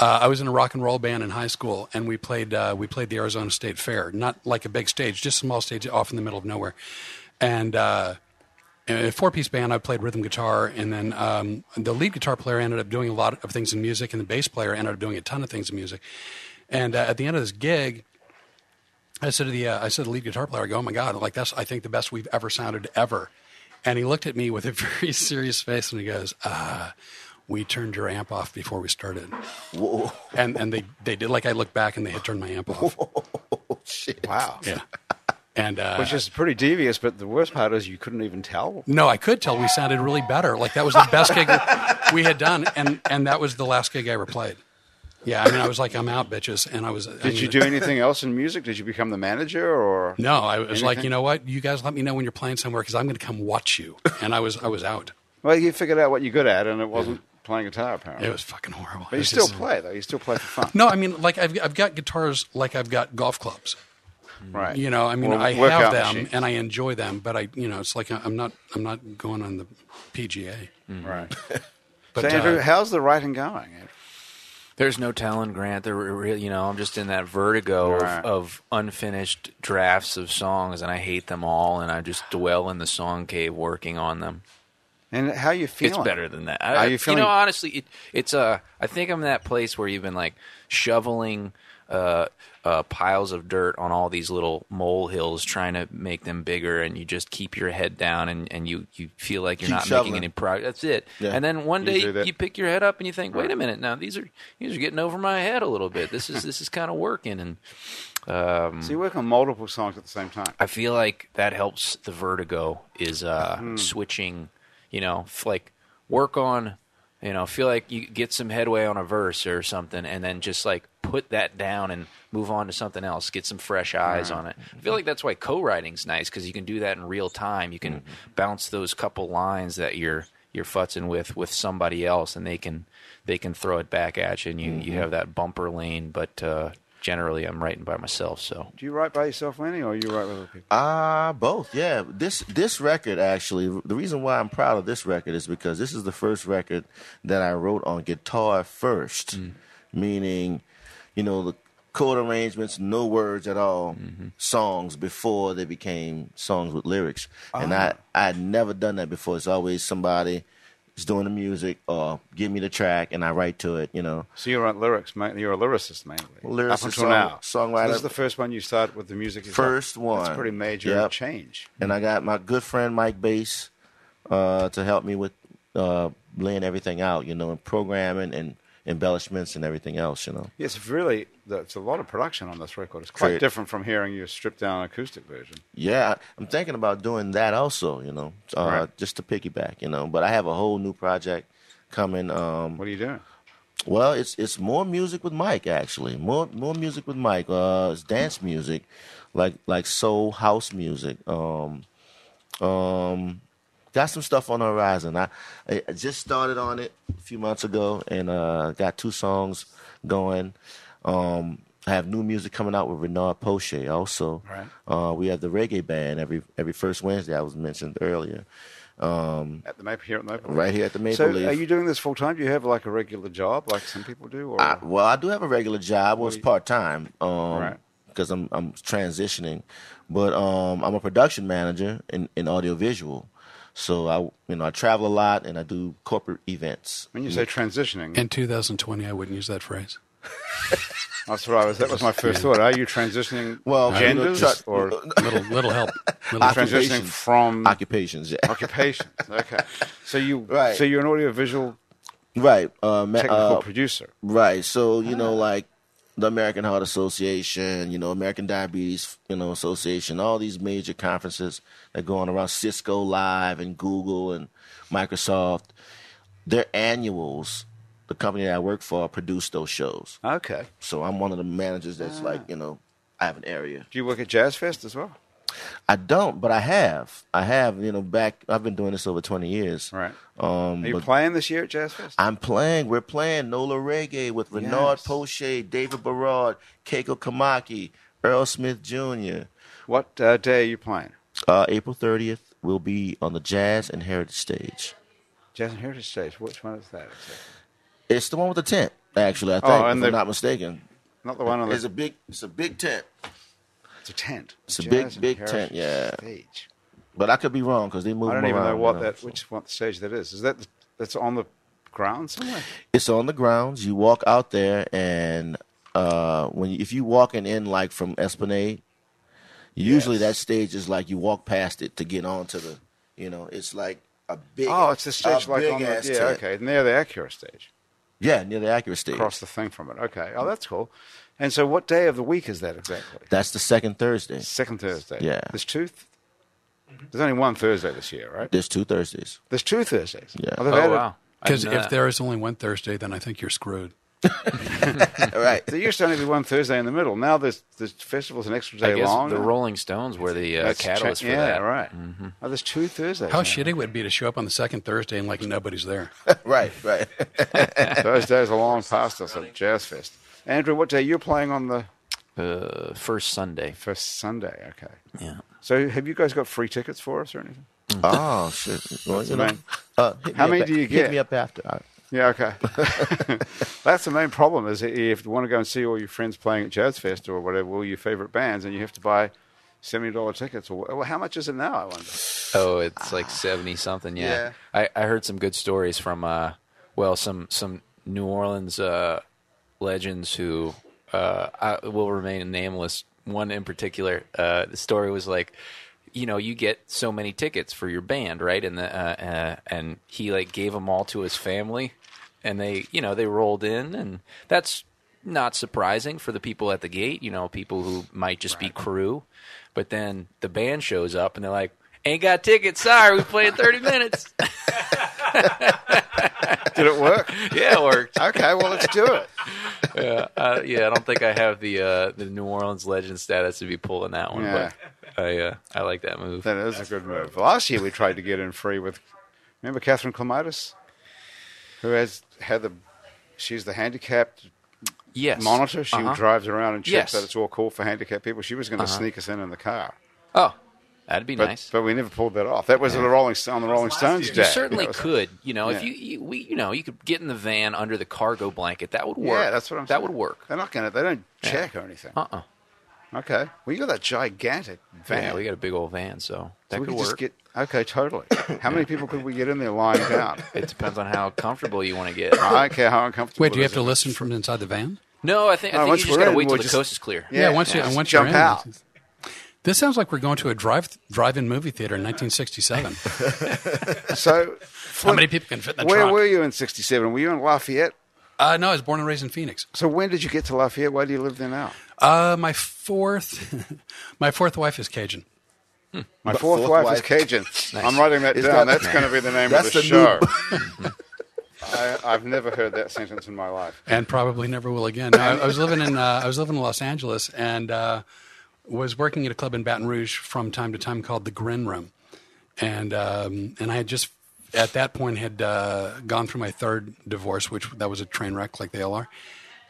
Uh, I was in a rock and roll band in high school, and we played uh, we played the Arizona State Fair, not like a big stage, just a small stage off in the middle of nowhere. And uh, in a four piece band, I played rhythm guitar, and then um, the lead guitar player ended up doing a lot of things in music, and the bass player ended up doing a ton of things in music. And uh, at the end of this gig, I said to the uh, I said to the lead guitar player, I go, oh my god, like that's I think the best we've ever sounded ever. And he looked at me with a <laughs> very serious face and he goes, uh, we turned your amp off before we started. Whoa, And and they, they did like I looked back and they had turned my amp off. shit. Wow. Yeah. And uh, Which is pretty devious, but the worst part is you couldn't even tell. no, I could tell we sounded really better. Like that was the best gig we had done, and and that was the last gig I ever played. Yeah, I mean, I was like, I'm out, bitches, and I was. I Did you do anything else in music? Did you become the manager or? No, I was like, Anything? you know what? You guys let me know when you're playing somewhere because I'm going to come watch you. And I was, I was out. Well, you figured out what you're good at, and it wasn't playing guitar, apparently. It was fucking horrible. but It you was still just- play, though. You still play for fun. No, I mean, like I've, I've got guitars, like I've got golf clubs. Right. You know, I mean, Or I workout have them machines. and I enjoy them, but I, you know, it's like I- I'm not, I'm not going on the PGA. Right. <laughs> But so, Andrew, uh, how's the writing going? Andrew? There's no talent grant. There, were real- you know, I'm just in that vertigo Right. of, of unfinished drafts of songs, and I hate them all, and I just dwell in the song cave working on them. And how you feeling? It's better than that. Are I, you feeling- know, honestly, it, it's Uh, I think I'm in that place where you've been like shoveling uh, uh, piles of dirt on all these little mole hills, trying to make them bigger, and you just keep your head down, and, and you you feel like you're Keep not shoveling. making any progress. That's it. Yeah. And then one You day do you, that. pick your head up and you think, wait a minute, now these are these are getting over my head a little bit. This is this is kind of working, and So you work on multiple songs at the same time. I feel like that helps the vertigo is uh, switching, you know, f- like work on, you know, feel like you get some headway on a verse or something and then just like put that down and move on to something else, get some fresh eyes on it. I feel like that's why co-writing's nice cuz you can do that in real time. You can bounce those couple lines that you're you're futzing with with somebody else and they can they can throw it back at you and you you have that bumper lane, but uh generally I'm writing by myself, so Do you write by yourself, Lenny, or you write with other people? Uh both. Yeah. This this record actually, the reason why I'm proud of this record is because this is the first record that I wrote on guitar first, meaning, you know, the chord arrangements, no words at all, songs before they became songs with lyrics. And I I had never done that before. It's always somebody is doing the music or give me the track and I write to it, you know. So you write lyrics, ma- you're a lyricist mainly. Lyricist, up until song- now. songwriter. So this is the first one you start with the music. yourself. First one. That's a pretty major Yep. change. and I got my good friend Mike Bass uh, to help me with uh, laying everything out, you know, and programming and embellishments and everything else, you know. Yes, really, that's a lot of production on this record. It's quite Great. different from hearing your stripped down acoustic version. Yeah, I- I'm thinking about doing that also, you know, uh, Right. just to piggyback, you know. But I have a whole new project coming. Um, What are you doing? well, it's it's more music with Mike actually, more more music with Mike. Uh, it's dance music, like like soul house music. Um, um, got some stuff on the horizon. I, I I just started on it a few months ago and uh, got two songs going. Um, I have new music coming out with Renard Poche also. Right. Uh, we have the reggae band every every first Wednesday I was mentioned earlier, At the Maple here at the Maple. right here at the Maple so, Leaf. are you doing this full time? Do you have like a regular job, like some people do? Or I, well, I do have a regular job. Well, it's part time. Um, Right. Because I'm I'm transitioning, but um, I'm a production manager in in audiovisual. So I you know I travel a lot and I do corporate events. when you say transitioning, in 2020, I wouldn't use that phrase. that's what I was. That was my first thought. Are you transitioning? Well, you know, genders tra- or Little <laughs> little help. Little transitioning occupations. from Occupations, <laughs> yeah, occupations? Okay, so you <laughs> Right. so you're an audiovisual right. Uh, ma- technical uh, producer. Right. So, you Ah. know, like the American Heart Association, you know, American Diabetes, you know, Association, all these major conferences that go on around Cisco Live and Google and Microsoft, their annuals, the company that I work for, produce those shows. Okay, Ah. So I'm one of the managers that's like, you know, I have an area. Do you work at Jazz Fest as well? I don't, but I have. I have. You know, back. I've been doing this over twenty years. Right. Um, Are you but playing this year at Jazz Fest? I'm playing. We're playing Nola Reggae with Renard Yes. Poche, David Barad, Keiko Kamaki, Earl Smith Jr. What uh, day are you playing? Uh, April 30th, we'll be on the Jazz and Heritage stage. Jazz and Heritage Stage. Which one is that? exactly? It's the one with the tent, actually. I think, Oh, and if the- I'm not mistaken. Not the one on the. It's a big, it's a big tent, It's a tent. It's a Jazz big- and big Heritage tent, yeah. Stage. but I could be wrong because they move I don't them even know around, what you that so- which what stage that is. Is that the- that's on the ground somewhere? It's on the grounds. You walk out there, and uh, when you, if you walking in like from Esplanade, usually that stage is like you walk past it to get onto the, you know, it's like a big. Oh, it's the stage a like on the yeah big-ass tent. okay near the Acura stage, Yeah, near the accurate stage. across the thing from it. Okay, oh that's cool. And so, what day of the week is that exactly? That's the second Thursday. Second Thursday. Yeah. There's two. Th- there's only one Thursday this year, right? There's two Thursdays. There's two Thursdays. Yeah. Oh, they've Oh added- wow. I Because didn't if know that. there is only one Thursday, then I think you're screwed. All right. There used to only be one Thursday in the middle. Now there's the festival's an extra day I guess long. the Rolling Stones were the uh, That's cha- catalyst for yeah, that. Mm-hmm. right. Oh, there's two Thursdays. How now. shitty would it be to show up on the second Thursday and like nobody's <laughs> there? right, right. Those days are <laughs> long past us at Jazz Fest. Andrew, what day you're playing on the Uh, first Sunday. first Sunday? Okay. Yeah. So have you guys got free tickets for us or anything? <laughs> oh shit! Well, you know, amazing. uh, hit How me many up- do you Hit get? me up after. All right. Yeah, okay. <laughs> That's the main problem is if you want to go and see all your friends playing at Jazz Fest or whatever, all your favorite bands, and you have to buy seventy dollar tickets. Or well, how much is it now? I wonder. Oh, it's like seventy something. Yeah, I, I heard some good stories from uh, well, some some New Orleans uh, legends who uh, I will remain nameless. One in particular, uh, the story was like, you know, you get so many tickets for your band, right? And the uh, uh, and he like gave them all to his family, and they you know they rolled in, and that's not surprising for the people at the gate, you know, people who might just be crew. But then the band shows up and they're like, ain't got tickets. Sorry, we played 30 minutes. Did it work? <laughs> yeah, it worked. okay, well let's do it. Uh, yeah, I don't think I have the uh, the New Orleans legend status to be pulling that one, Yeah. but I uh, I like that move. <laughs> That is a good move. Last year we tried to get in free with, remember Catherine Clematis, who has had the, she's the handicapped yes. monitor. She Uh-huh. drives around and checks Yes. that it's all cool for handicapped people. She was going to sneak us in in the car, Oh, that'd be but nice. but we never pulled that off. That was the Rolling Sto- on the Rolling Stones day. you certainly That was- could, you know, if Yeah. you, you we you know you could get in the van under the cargo blanket, that would work. Yeah, that's what I'm. That saying. would work. They're not going to. They don't check or anything. Uh uh Okay. Well, you got that gigantic van. Yeah, we got a big old van, so that So we could could work. just get. Okay, totally. How many people could we get in there lying down? It depends on how comfortable you want to get. I don't care how uncomfortable. Wait, do you it have is. to listen from inside the van? No, I think I No, think once you we're just got to in, wait till we'll the just- coast is clear. Yeah, Yeah, once you yeah, and once jump you're in, out. This sounds like we're going to a drive drive-in movie theater <laughs> in 1967. So, How many people can fit in the where truck? were you in '67? Were you in Lafayette? Uh, no, I was born and raised in Phoenix. So when did you get to Lafayette? Why do you live there now? Uh, my fourth, <laughs> my fourth wife is Cajun. My fourth, fourth wife, wife. is Cajun. I'm writing that Is down. that- that's going to be the name of That's the, the show. I, I've never heard that sentence in my life. and probably never will again. No, I, I was living in uh, I was living in Los Angeles and uh, was working at a club in Baton Rouge from time to time called the Grin Room, and um, and I had just at that point had uh, gone through my third divorce, which that was a train wreck, like they all are.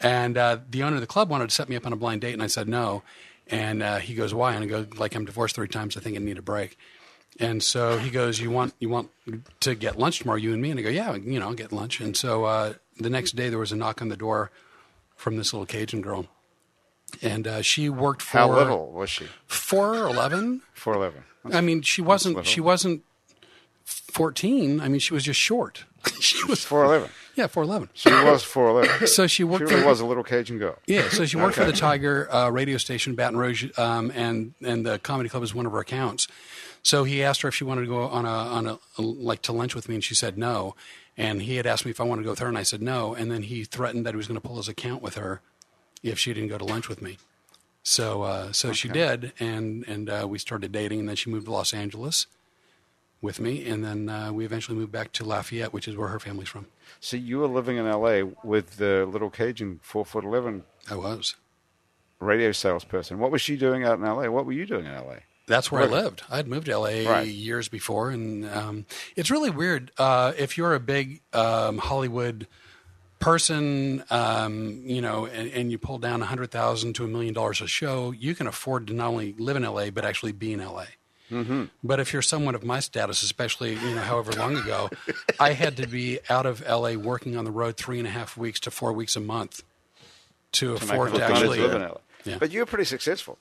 And uh, the owner of the club wanted to set me up on a blind date, and I said no. And uh, he goes, "Why?" And I go, "Like I'm divorced three times. I think I need a break." And so he goes, "You want you want to get lunch tomorrow, you and me?" And I go, "Yeah, you know, I'll get lunch." And so uh, the next day there was a knock on the door from this little Cajun girl, and uh, she worked for How little was she? four or eleven. Four eleven. I mean, she wasn't little. she wasn't fourteen. I mean, she was just short. <laughs> she was Four eleven. yeah, four eleven. She was four eleven. <coughs> So she worked She really for was a little Cajun girl. Yeah, so she worked for the Tiger uh, radio station, Baton Rouge, um, and and the comedy club is one of her accounts. So he asked her if she wanted to go on a on a, like to lunch with me, and she said no. And he had asked me if I wanted to go with her, and I said no. And then he threatened that he was going to pull his account with her if she didn't go to lunch with me. So uh, so she did, and and uh, we started dating, and then she moved to Los Angeles with me, and then uh, we eventually moved back to Lafayette, which is where her family's from. So you were living in L.A. with the little Cajun four foot eleven I was. radio salesperson. What was she doing out in LA? What were you doing in LA? That's where I lived. I'd moved to LA Right. years before, and um, it's really weird. Uh, if you're a big um, Hollywood person, um, you know, and, and you pull down a hundred thousand to a million dollars a show, you can afford to not only live in LA but actually be in LA. Mm-hmm. But if you're someone of my status, especially you know, however long ago, I had to be out of LA working on the road three and a half weeks to four weeks a month to, Michael afford to Dunn is actually. living in LA. Yeah. But you're pretty successful.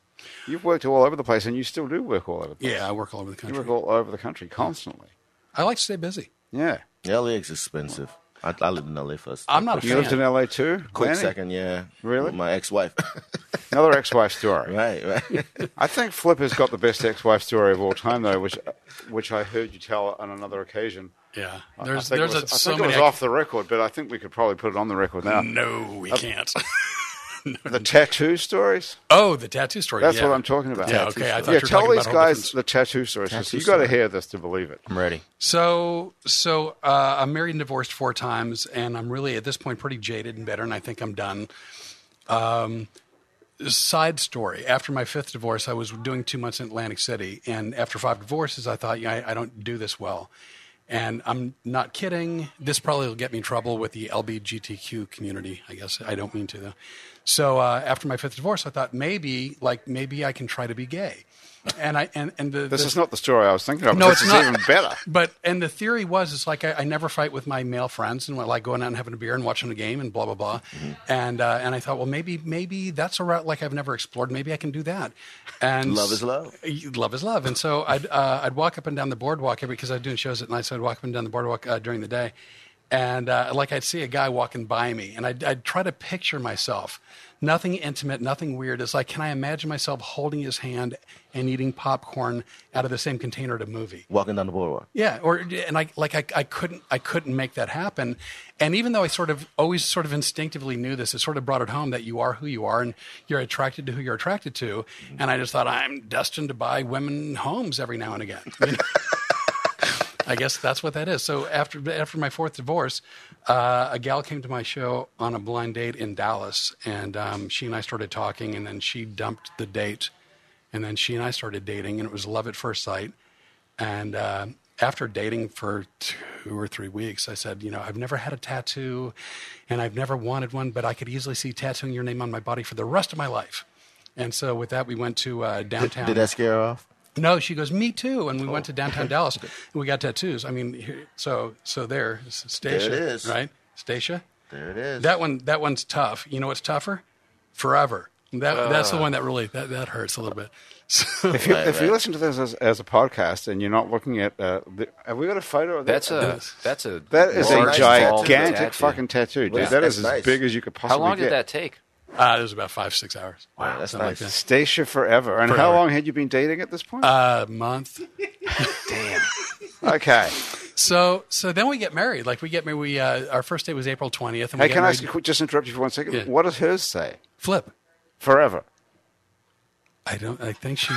You've worked all over the place, and you still do work all over the place. Yeah, I work all over the You country. work all over the country constantly. I like to stay busy. Yeah. LA's expensive. I, I lived in LA for a I'm not a You fan. lived in LA too? quick Lanny? second, yeah. Oh, Really? With my ex-wife. <laughs> Another ex wife <laughs> story. right, <laughs> right. I think Flipper's got the best ex wife story of all time, though, which which I heard you tell on another occasion. Yeah, I- I there's think there's it was, a, so I think it many. was off the record, but I think we could probably put it on the record <laughs> now. no, <laughs> we can't. The tattoo stories? oh, the tattoo story. That's yeah. what I'm talking about. Yeah, okay, I thought yeah, you were tell talking these about all guys different- the tattoo stories. 'cause Tattoo you got to story. hear this to believe it. I'm ready. So, so uh, I'm married and divorced four times, and I'm really at this point pretty jaded and veteran. I think I'm done. Um, side story: After my fifth divorce, I was doing two months in Atlantic City, and after five divorces, I thought, yeah, I, I don't do this well. And I'm not kidding. This probably will get me in trouble with the LBGTQ community. I guess I don't mean to though. So uh, after my fifth divorce, I thought maybe, like maybe I can try to be gay. And I and and the This the- is not the story I was thinking of. No, this it's is not. even <laughs> better. but and the theory was it's like I, I never fight with my male friends and I like going out and having a beer and watching a game and blah blah blah, Mm-hmm. and uh, and I thought well maybe maybe that's a route like I've never explored maybe I can do that, and Love is love. love is love. And so I'd uh, I'd walk up and down the boardwalk every because I was doing shows at night, so I'd walk up and down the boardwalk uh, during the day, and uh, like I'd see a guy walking by me, and I'd, I'd try to picture myself, nothing intimate, nothing weird. It's like can I imagine myself holding his hand and eating popcorn out of the same container at a movie? Walking down the boardwalk. Yeah, or and I like I, I couldn't I couldn't make that happen, and even though I sort of always sort of instinctively knew this, it sort of brought it home that you are who you are and you're attracted to who you're attracted to, and I just thought I'm destined to buy women homes every now and again. <laughs> You know? I guess that's what that is. So after after my fourth divorce, uh, a gal came to my show on a blind date in Dallas, and um, she and I started talking, and then she dumped the date, and then she and I started dating, and it was love at first sight. And uh, after dating for two or three weeks, I said, you know, I've never had a tattoo, and I've never wanted one, but I could easily see tattooing your name on my body for the rest of my life. And so with that, we went to uh, downtown. Did that scare her off? No, she goes, me too. And we went to Oh. <laughs> downtown Dallas and we got tattoos. I mean, here- so so there, S- Stacia, There it is. right? Stacia. There it is. That one, that one's tough. You know what's tougher? Forever. That that's Uh. the one that really that, that hurts a little bit. <laughs> So, If you, Right, if you right. listen to this as, as a podcast and you're not looking at, uh, the, have we got a photo of that? That's a that's a that is a large ball gigantic tattoo. fucking tattoo, dude. Yeah. That is as That's nice. big as you could possibly How long get. did that take? uh, it was about five six hours. Wow, that's Something nice. like Stacia forever. And how Forever. Uh, long had you been dating at this point? that. A month. okay. So so then we get married. Like we get married. We uh, our first date was April twentieth. Hey, can I ask you, quick- just interrupt you for one second? Yeah. What does hers say? flip? Forever. I don't. I think she.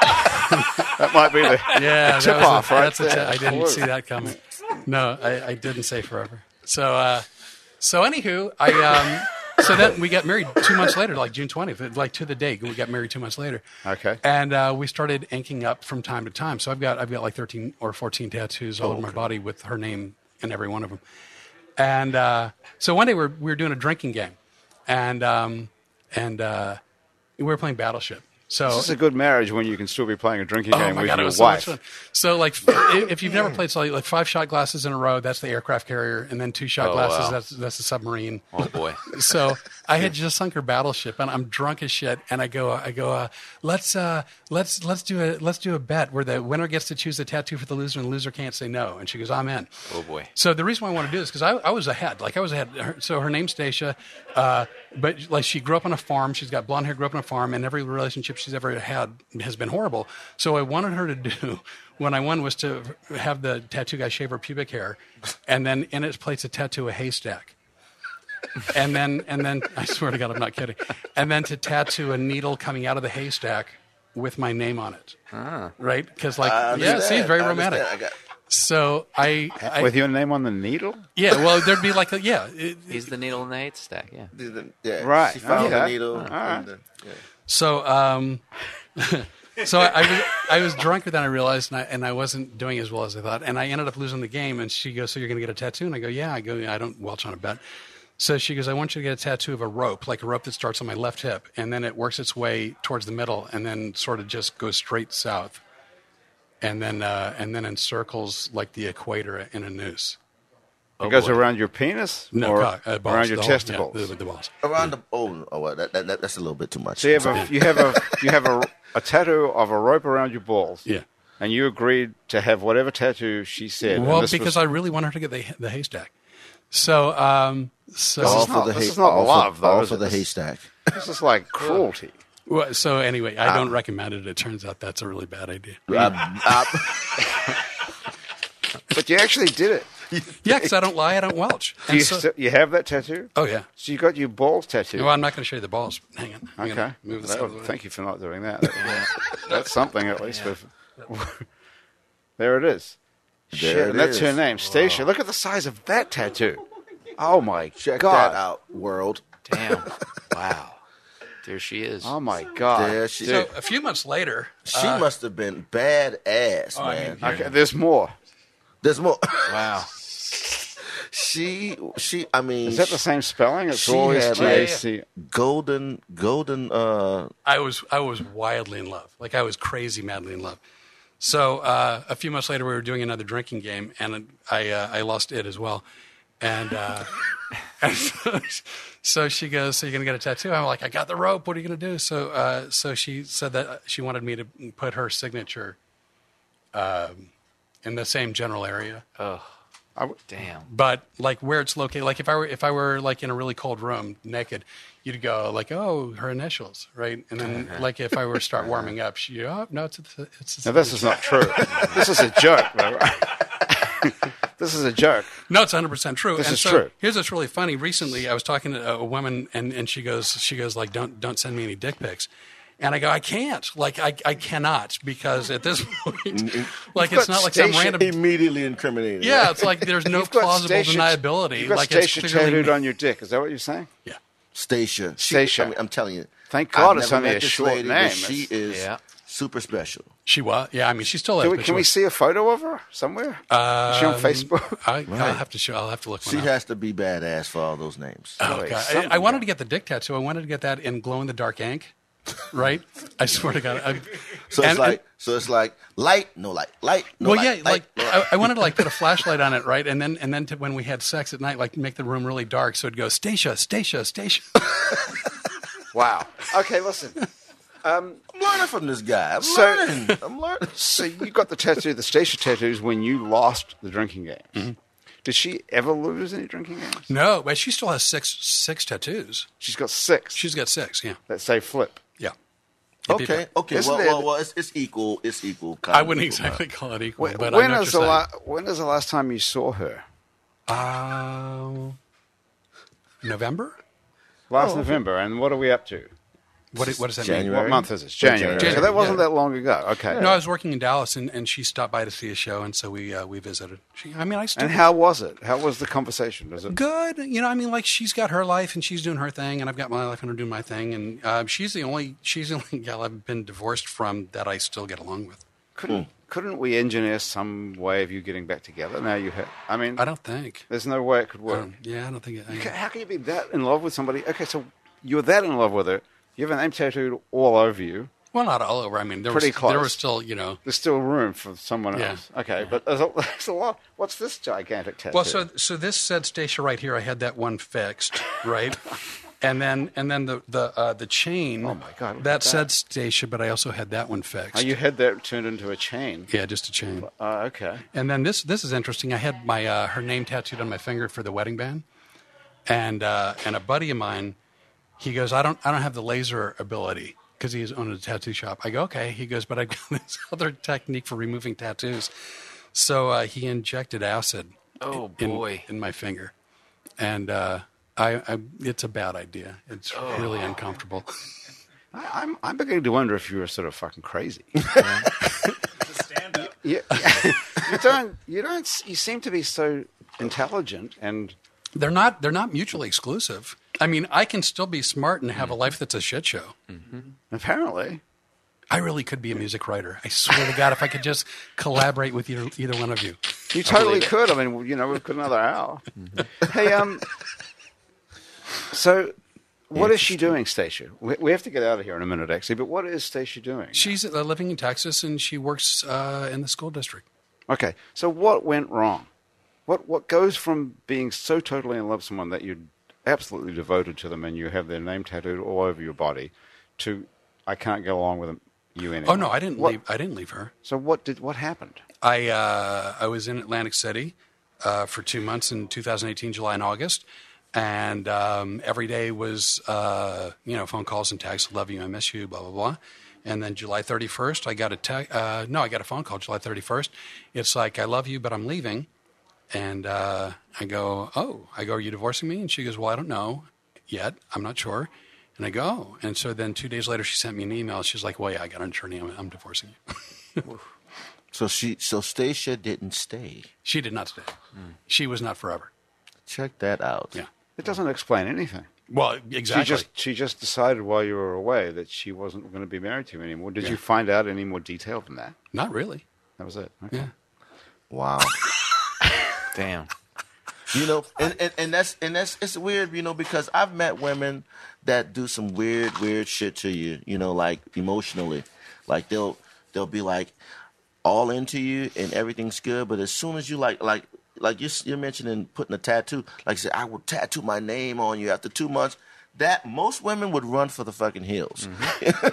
That might be <laughs> the. Yeah, Tip that was off a, right that's a there. I didn't Absolutely. see that coming. No, I, I didn't say forever. So, uh, so anywho, I um, so then we got married two months later, like June twentieth, like to the day we got married two months later. Okay. and uh, we started inking up from time to time. So I've got I've got like thirteen or fourteen tattoos all over my body with her name in every one of them. And uh, so one day we were, we were doing a drinking game, and um, and uh, we were playing Battleship. So This is a good marriage when you can still be playing a drinking game with Oh it your was so wife. much fun. So, like, if if you've never played, so like, like five shot glasses in a row, that's the aircraft carrier, and then two shot Oh, glasses, wow. that's that's the submarine. Oh boy. <laughs> So I had just sunk her battleship, and I'm drunk as shit. And I go, I go, uh, let's uh, let's let's do a let's do a bet where the winner gets to choose a tattoo for the loser, and the loser can't say no. And she goes, I'm in. Oh, boy. So the reason why I want to do this because I, I was ahead, like I was ahead. Her, so her name's Stacia, uh, but like she grew up on a farm. She's got blonde hair, grew up on a farm, and every relationship she's ever had has been horrible. So I wanted her to do <laughs> when I won was to have the tattoo guy shave her pubic hair, and then in its place to tattoo a haystack, and then and then I swear to God I'm not kidding, and then to tattoo a needle coming out of the haystack with my name on it, right? Because like yeah, it understand. seems very Ah. I romantic. understand. I got- So I, I With your name on the needle? yeah, well, there'd be like, a, yeah. it- He's the needle in the haystack. Yeah. Yeah, Right, She found the okay. needle. All and right. the- yeah. so, um, <laughs> so I, I was, I was drunker than I realized, and I, and I wasn't doing as well as I thought, and I ended up losing the game. And she goes, "So you're going to get a tattoo?" And I go, "Yeah." I go, "I don't welch on a bet." So she goes, "I want you to get a tattoo of a rope, like a rope that starts on my left hip, and then it works its way towards the middle, and then sort of just goes straight south, and then uh, and then encircles like the equator in a noose." it goes around your penis? Oh, No, or cock, uh, balls, around your the whole- yeah, testicles? the, the balls. Around the oh oh well, that, that, that- that's a little bit too much. So you have <laughs> a you have a you have a, a tattoo of a rope around your balls. Yeah. And you agreed to have whatever tattoo she said. and Well, this because was- I really want her to get the the haystack. So, um, all so, not- for the this hay- is not all for- love, though, all is for it? the This- haystack. this is like cruelty. well, so anyway, I Ah. don't recommend it. It turns out that's a really bad idea. Uh, uh, But you actually did <laughs> it. Yeah, because I don't lie, I <laughs> don't welch. Do you, And so- still- you have that tattoo? oh yeah. So you got your balls tattooed. Well, I'm not going to show you the balls. Hang on. I'm okay. gonna Move this That- out of the way. thank you for not doing that. <laughs> That's something, at least. with- there it is. There Shit, it and that's her is. name, Stacia. Look at the size of that tattoo. Oh my check god! that out, world. Damn. wow. There she is. Oh my god! There she- So a few months later, She Uh, must have been bad ass, Oh, man. Okay, there's more. There's more. <laughs> Wow. she she. I mean, Is that the same spelling? It's She always had, T like- A C. golden golden. Uh, I was I was wildly in love. Like I was crazy madly in love. So uh, a few months later, we were doing another drinking game, and I uh, I lost it as well. And, uh, <laughs> and so, so she goes, "So you're gonna get a tattoo?" I'm like, "I got the rope. What are you gonna do?" So uh, so she said that she wanted me to put her signature um, in the same general area, Damn. but like where it's located. Like if I were if I were like in a really cold room naked, you'd go like, "Oh, her initials," right? And then like if I <laughs> were to start warming up, she, "Oh, no, it's it's, it's Uh-huh. Now this is not true. this is a joke. <laughs> this is a joke. No, it's 100% true. This and is so true. here's what's really funny. Recently, I was talking to a woman and, and she goes, she goes like, don't, don't send me any dick pics. And I go, I can't. Like, I, I cannot because at this <laughs> point, like, it's not like some Station <laughs> random. immediately incriminated. Yeah, it's like there's no You've got plausible Stacia- deniability. You've got like, Stacia it's clearly. tattooed on your dick. Is that what you're saying? yeah. Stacia. She- Stacia. I mean, I'm telling you. Thank God I've it's never only met a this short lady, name. But she It's- is Yeah. super special. She was. Yeah, I mean, she's still Do there. we, but can she we was- see a photo of her somewhere? Uh, is she on Um, Facebook? <laughs> I, I'll have to show. I'll have to look. She One up. has to be badass for all those names. Uh, Oh, God. I, something I wanted to get the dick tattoo. I wanted to get that in glow in the dark ink, right? I swear to God. I, so it's and- like so it's like light, no light, light, no well, light. yeah, light, like no light. I, I wanted to like put a flashlight on it, right? And then and then to, when we had sex at night, like make the room really dark, so it'd go Stacia, Stacia, Stacia. <laughs> Wow. Okay, listen. I'm learning from this guy. I'm So- learning. I'm <laughs> learning. So you got the tattoo, the Stacia tattoos, when you lost the drinking games. Mm-hmm. Did she ever lose any drinking games? no, but she still has six six tattoos. She's got six She's got six. Yeah, that say flip. yeah. Okay, okay. Isn't Well, it- well, well, it's, it's equal. It's equal. kind I of wouldn't equal, right? exactly call it equal, When, but when I know is the what la- when is the last time you saw her? you're saying. Um, November. Oh. Last November, and what are we up to? What, what does that mean? January. What month is it? It's January. January, So that wasn't yeah. that long ago. Okay. No, I was working in Dallas, and, and she stopped by to see a show, and so we uh, we visited. She, I mean, I still and how was it? How was the conversation? Was it good. You know, I mean, like she's got her life and she's doing her thing, and I've got my life and I'm doing my thing, and um, she's the only she's the only <laughs> gal I've been divorced from that I still get along with. couldn't couldn't we engineer some way of you getting back together? Now you have. I mean, I don't think. there's no way it could work. Um, yeah, I don't think. It, Ca- I, How can you be that in love with somebody? Okay, so you're that in love with her. You have an name tattooed all over you. well, not all over. I mean, there Pretty was close. there was still you know. There's still room for someone Yeah. else. Okay, but there's a, <laughs> there's a lot. What's this gigantic tattoo? Well, so so this said Stacia right here. I had that one fixed, <laughs> right? And then, and then the the uh, the chain. Oh, my God, look That, at that. said Stacia, but I also had that one fixed. oh, you had that turned into a chain. yeah, just a chain. Oh, okay. And then this this is interesting. I had my uh, her name tattooed on my finger for the wedding band, and uh, and a buddy of mine, he goes, I don't I don't have the laser ability because he's owned a tattoo shop. I go, okay. He goes, but I've got <laughs> this other technique for removing tattoos. So uh, he injected acid. Oh, in, boy. in my finger, and uh, I, I it's a bad idea. It's Oh. really uncomfortable. <laughs> I, I'm I'm beginning to wonder if you were sort of fucking crazy. Stand up. you, <laughs> you don't. You don't. s- You seem to be so intelligent and They're not. They're not mutually exclusive. I mean, I can still be smart and Mm-hmm. have a life that's a shit show. apparently. I really could be a music writer. I swear to God, if I could just collaborate with either, either one of you. You totally could. I mean, you know, we've got another hour. Mm-hmm. hey, um, so what is she doing, Stacia? We, we have to get out of here in a minute, actually. But what is Stacia doing? She's uh, living in Texas and she works uh, in the school district. Okay, so what went wrong? What what goes from being so totally in love with someone that you're absolutely devoted to them and you have their name tattooed all over your body, to I can't get along with them, you anymore. Oh no, I didn't What- leave. I didn't leave her. So what did what happened? I uh, I was in Atlantic City uh, for two months in 2018, July and August, and um, every day was uh, you know phone calls and texts. Love you, I miss you, blah blah blah. And then July 31st, I got a te- uh, no, I got a phone call July 31st. It's like I love you, but I'm leaving. And uh, I go, oh, I go, are you divorcing me? And she goes, well, I don't know yet. I'm not sure. And I go, "Oh." and so then two days later, she sent me an email. She's like, well, yeah, I got an attorney. I'm, I'm divorcing you. So she, so Stacia didn't stay. She did not stay. She was not forever. Check that out. Yeah. It doesn't explain anything. Well, exactly. She just she just decided while you were away that she wasn't going to be married to you anymore. Did you find out any more detail than that? not really. That was it. Okay. Yeah. Wow. Damn. you know, and, and, and that's and that's it's weird, you know, because I've met women that do some weird, weird shit to you, you know, like emotionally. Like they'll they'll be like all into you and everything's good, but as soon as you like like like you're, you're mentioning putting a tattoo, like you said, I will tattoo my name on you after two months. That most women would run for the fucking hills.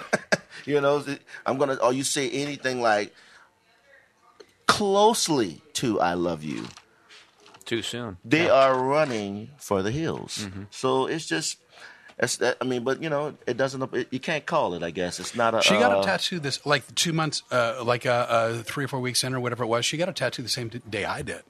<laughs> you know, I'm gonna. Or you say anything like closely to "I love you." Too soon. they are running for the hills. Mm-hmm. So it's just, it's, that- I mean, but you know, it doesn't. It, you can't call it. I guess it's not a. She got uh, a tattoo this like two months, uh, like uh, uh, three or four weeks in or whatever it was. She got a tattoo the same d- day I did.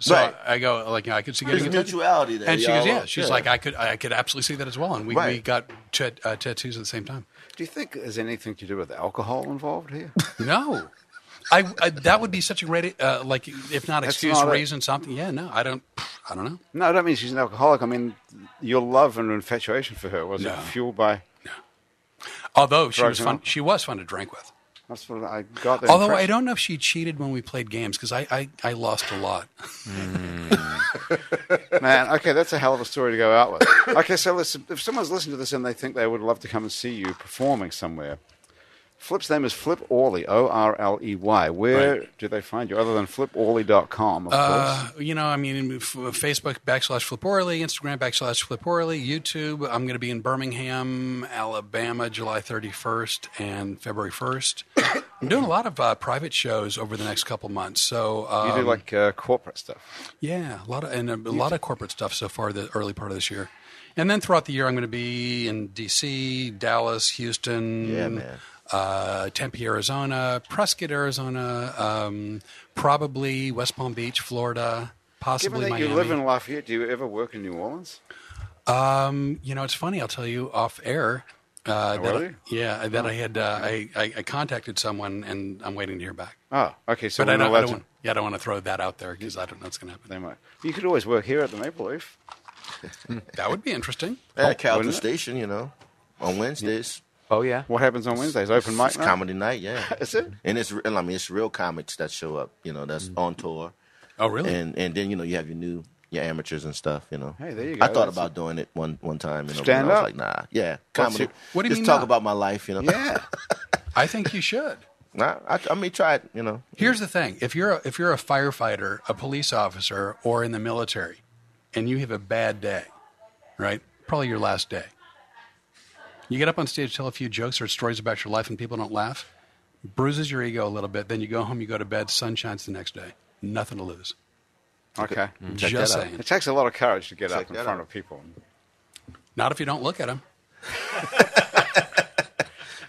So Right. I go like you know, I could see There's getting a tattoo. mutuality there. and she goes, y'all. yeah. She's like, I could, I could absolutely see that as well. And we, we Right. got tat uh, tattoos at the same time. Do you think there's anything to do with alcohol involved <laughs> here? No, I, I that would be such a great uh, like if not That's excuse not it. reason something. Yeah, no, I don't, I don't know. no, I don't mean she's an alcoholic. I mean your love and infatuation for her was No. it fueled by? Although she Drugs was and fun, all. she was fun to drink with. That's what I got. The Although I impression- don't know if she cheated when we played games because I, I, I lost a lot. Man, okay, that's a hell of a story to go out with. Okay, so listen, if someone's listening to this and they think they would love to come and see you performing somewhere, Flip's name is Flip Orley, O R L E Y. Where do they find you other than fliporley.com, of course? Uh, you know, I mean, f- Facebook backslash Flip Orally, Instagram backslash Flip Orally, YouTube. I'm going to be in Birmingham, Alabama, July 31st and February 1st. I'm doing a lot of uh, private shows over the next couple months. So um, You do like uh, corporate stuff. yeah, a lot of and a, a lot of corporate stuff so far the early part of this year, and then throughout the year I'm going to be in D.C., Dallas, Houston, Yeah, man. uh, Tempe, Arizona, Prescott, Arizona, um, probably West Palm Beach, Florida, Given possibly that Miami. you live in Lafayette, do you ever work in New Orleans? Um, you know, it's funny. I'll tell you off air. Uh, that Oh, really? yeah, that I had uh, I, I I contacted someone and I'm waiting to hear back. Oh, okay, so But we're I not don't, I allowed don't to- want, yeah, I don't want to throw that out there because I don't know what's going to happen. They might. You could always work here at the Maple Leaf. That would be interesting. at Calvin wouldn't it? Station, you know, on Wednesdays, Oh yeah. What happens on Wednesdays? Open mic it's night? comedy night. <laughs> Yeah, Is it? and it's real. I mean, it's real comics that show up. You know, that's on tour, Oh, Mm-hmm. really? and and then you know you have your new your amateurs and stuff. You know, Hey, there you I go. thought That's- about doing it one one time. You know, but Stand I was up. like, nah, yeah, comedy. your- What do you Just mean talk not? about my life. You <laughs> know, Yeah. I think you should. Nah, I, I mean, try it. You know, Here's the thing: if you're a, if you're a firefighter, a police officer, or in the military, and you have a bad day, right? Probably your last day. You get up on stage, tell a few jokes or stories about your life, and people don't laugh. Bruises your ego a little bit. Then you go home, you go to bed, sun shines the next day. Nothing to lose. okay. Just that out. saying. It takes a lot of courage to get Check up in that front out. of people. Not if you don't look <laughs> at them.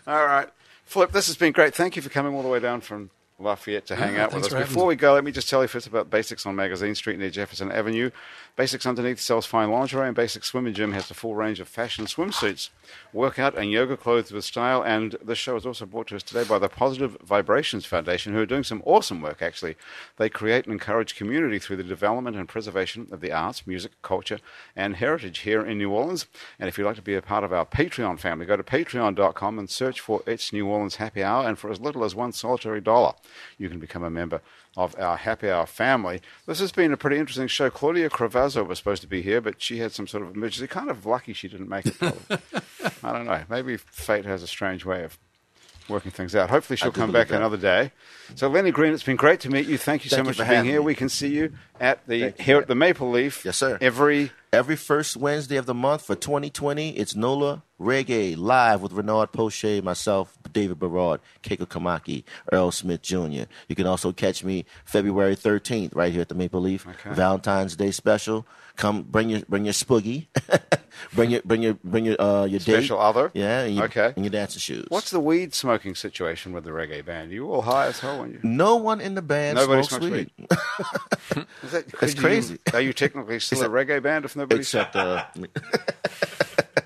All right. Flip, this has been great. Thank you for coming all the way down from Lafayette to hang Yeah, out with thanks us. for having Before me. we go, let me just tell you first about Basics on Magazine Street near Jefferson Avenue. Basics Underneath sells fine lingerie, and Basics Swimming Gym has the full range of fashion swimsuits, workout, and yoga clothes with style. And the show is also brought to us today by the Positive Vibrations Foundation, who are doing some awesome work, actually. They create and encourage community through the development and preservation of the arts, music, culture, and heritage here in New Orleans. And if you'd like to be a part of our Patreon family, go to patreon.com and search for It's New Orleans Happy Hour. And for as little as one solitary dollar, you can become a member of our Happy Hour family. This has been a pretty interesting show. Claudia Cravazzo was supposed to be here, but she had some sort of emergency. Kind of lucky she didn't <laughs> make it. probably. I don't know. Maybe fate has a strange way of working things out. Hopefully, she'll do come back believe that. another day. So, Lenny Green, it's been great to meet you. Thank you so Thank you much for for, being having here. me. We can see you at the Thank you. here at the Maple Leaf. Yes, sir. Every Every first Wednesday of the month for 2020, it's Nola Reggae live with Renard Poche, myself, David Barrard, Keiko Kamaki, Earl Smith Jr. You can also catch me February 13th right here at the Maple Leaf Valentine's Day special. Come bring your bring your spoogie, <laughs> bring your bring your bring your uh, your date. Special other? Yeah, and your, Okay. and your dancing shoes. what's the weed smoking situation with the reggae band? You all high as hell, weren't you? no one in the band Nobody smokes, smokes weed, Is that, could That's you- crazy. <laughs> Are you technically still a reggae band if nobody except uh, <laughs>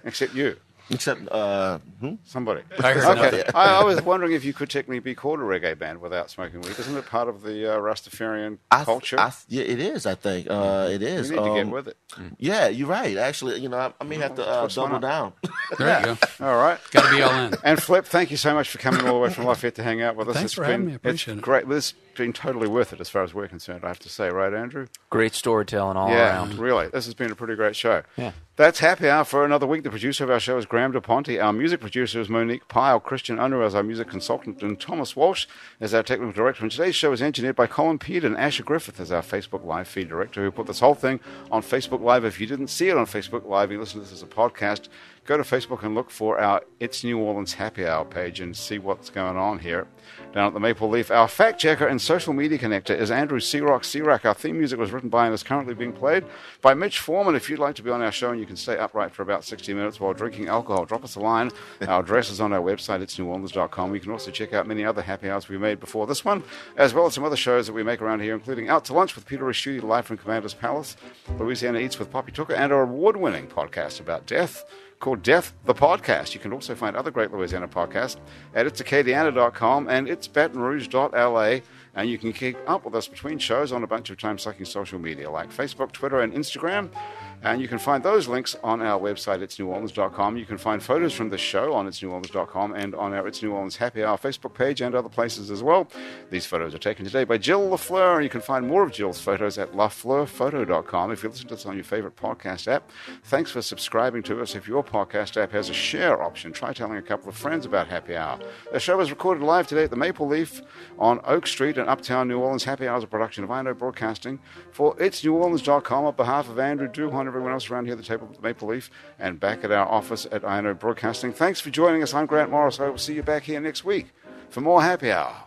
except you? except uh, hmm? <laughs> Somebody. I heard Okay, nothing. I, I was wondering if you could technically be called a reggae band without smoking weed. Isn't it part of the uh, Rastafarian I th- culture? I th- yeah, it is. I think uh, it you is. need to get Um, with it. Yeah, you're right. Actually, you know, I, I may have to uh, What's going double on? down. There you <laughs> go. All right. Got to be all in. And Flip, thank you so much for coming all the way from Lafayette to hang out with us. Thanks It's for been, having me. I appreciate it's it. Great. This has been totally worth it as far as we're concerned, I have to say, right, Andrew? Great storytelling all yeah, around. really. This has been a pretty great show. Yeah. That's Happy Hour for another week. The producer of our show is Graham DePonte. Our music producer is Monique Pyle. Christian Unruh is our music consultant, and Thomas Walsh is our technical director. And today's show is engineered by Colin Peed and Asher Griffith is our Facebook Live feed director who put this whole thing on Facebook Live. If you didn't see it on Facebook Live, you listen to this as a podcast, go to Facebook and look for our It's New Orleans Happy Hour page and see what's going on here down at the Maple Leaf. Our fact checker and social media connector is Andrew Searock. Searock, our theme music was written by and is currently being played by Mitch Foreman. If you'd like to be on our show and you can stay upright for about 60 minutes while drinking alcohol, drop us a line. Our address is on our website, it's neworleans.com. You can also check out many other happy hours we made before this one, as well as some other shows that we make around here, including Out to Lunch with Peter Raschuti, live from Commander's Palace, Louisiana Eats with Poppy Tucker, and our award winning podcast about death called Death the Podcast. You can also find other great Louisiana podcasts at itsacadiana.com and it's batonrouge.la. And you can keep up with us between shows on a bunch of time sucking social media like Facebook, Twitter, and Instagram. And you can find those links on our website, itsneworleans.com. You can find photos from the show on itsneworleans.com and on our It's New Orleans Happy Hour Facebook page and other places as well. These photos are taken today by Jill LaFleur. You can find more of Jill's photos at lafleurphoto.com. If you listen to this on your favorite podcast app, thanks for subscribing to us. If your podcast app has a share option, try telling a couple of friends about Happy Hour. The show is recorded live today at the Maple Leaf on Oak Street in Uptown New Orleans. Happy Hour is a production of I Know Broadcasting for itsneworleans.com on behalf of Andrew Duhon, everyone else around here at the table at the Maple Leaf, and back at our office at I Know Broadcasting. Thanks for joining us. I'm Grant Morris. I will see you back here next week for more Happy Hour.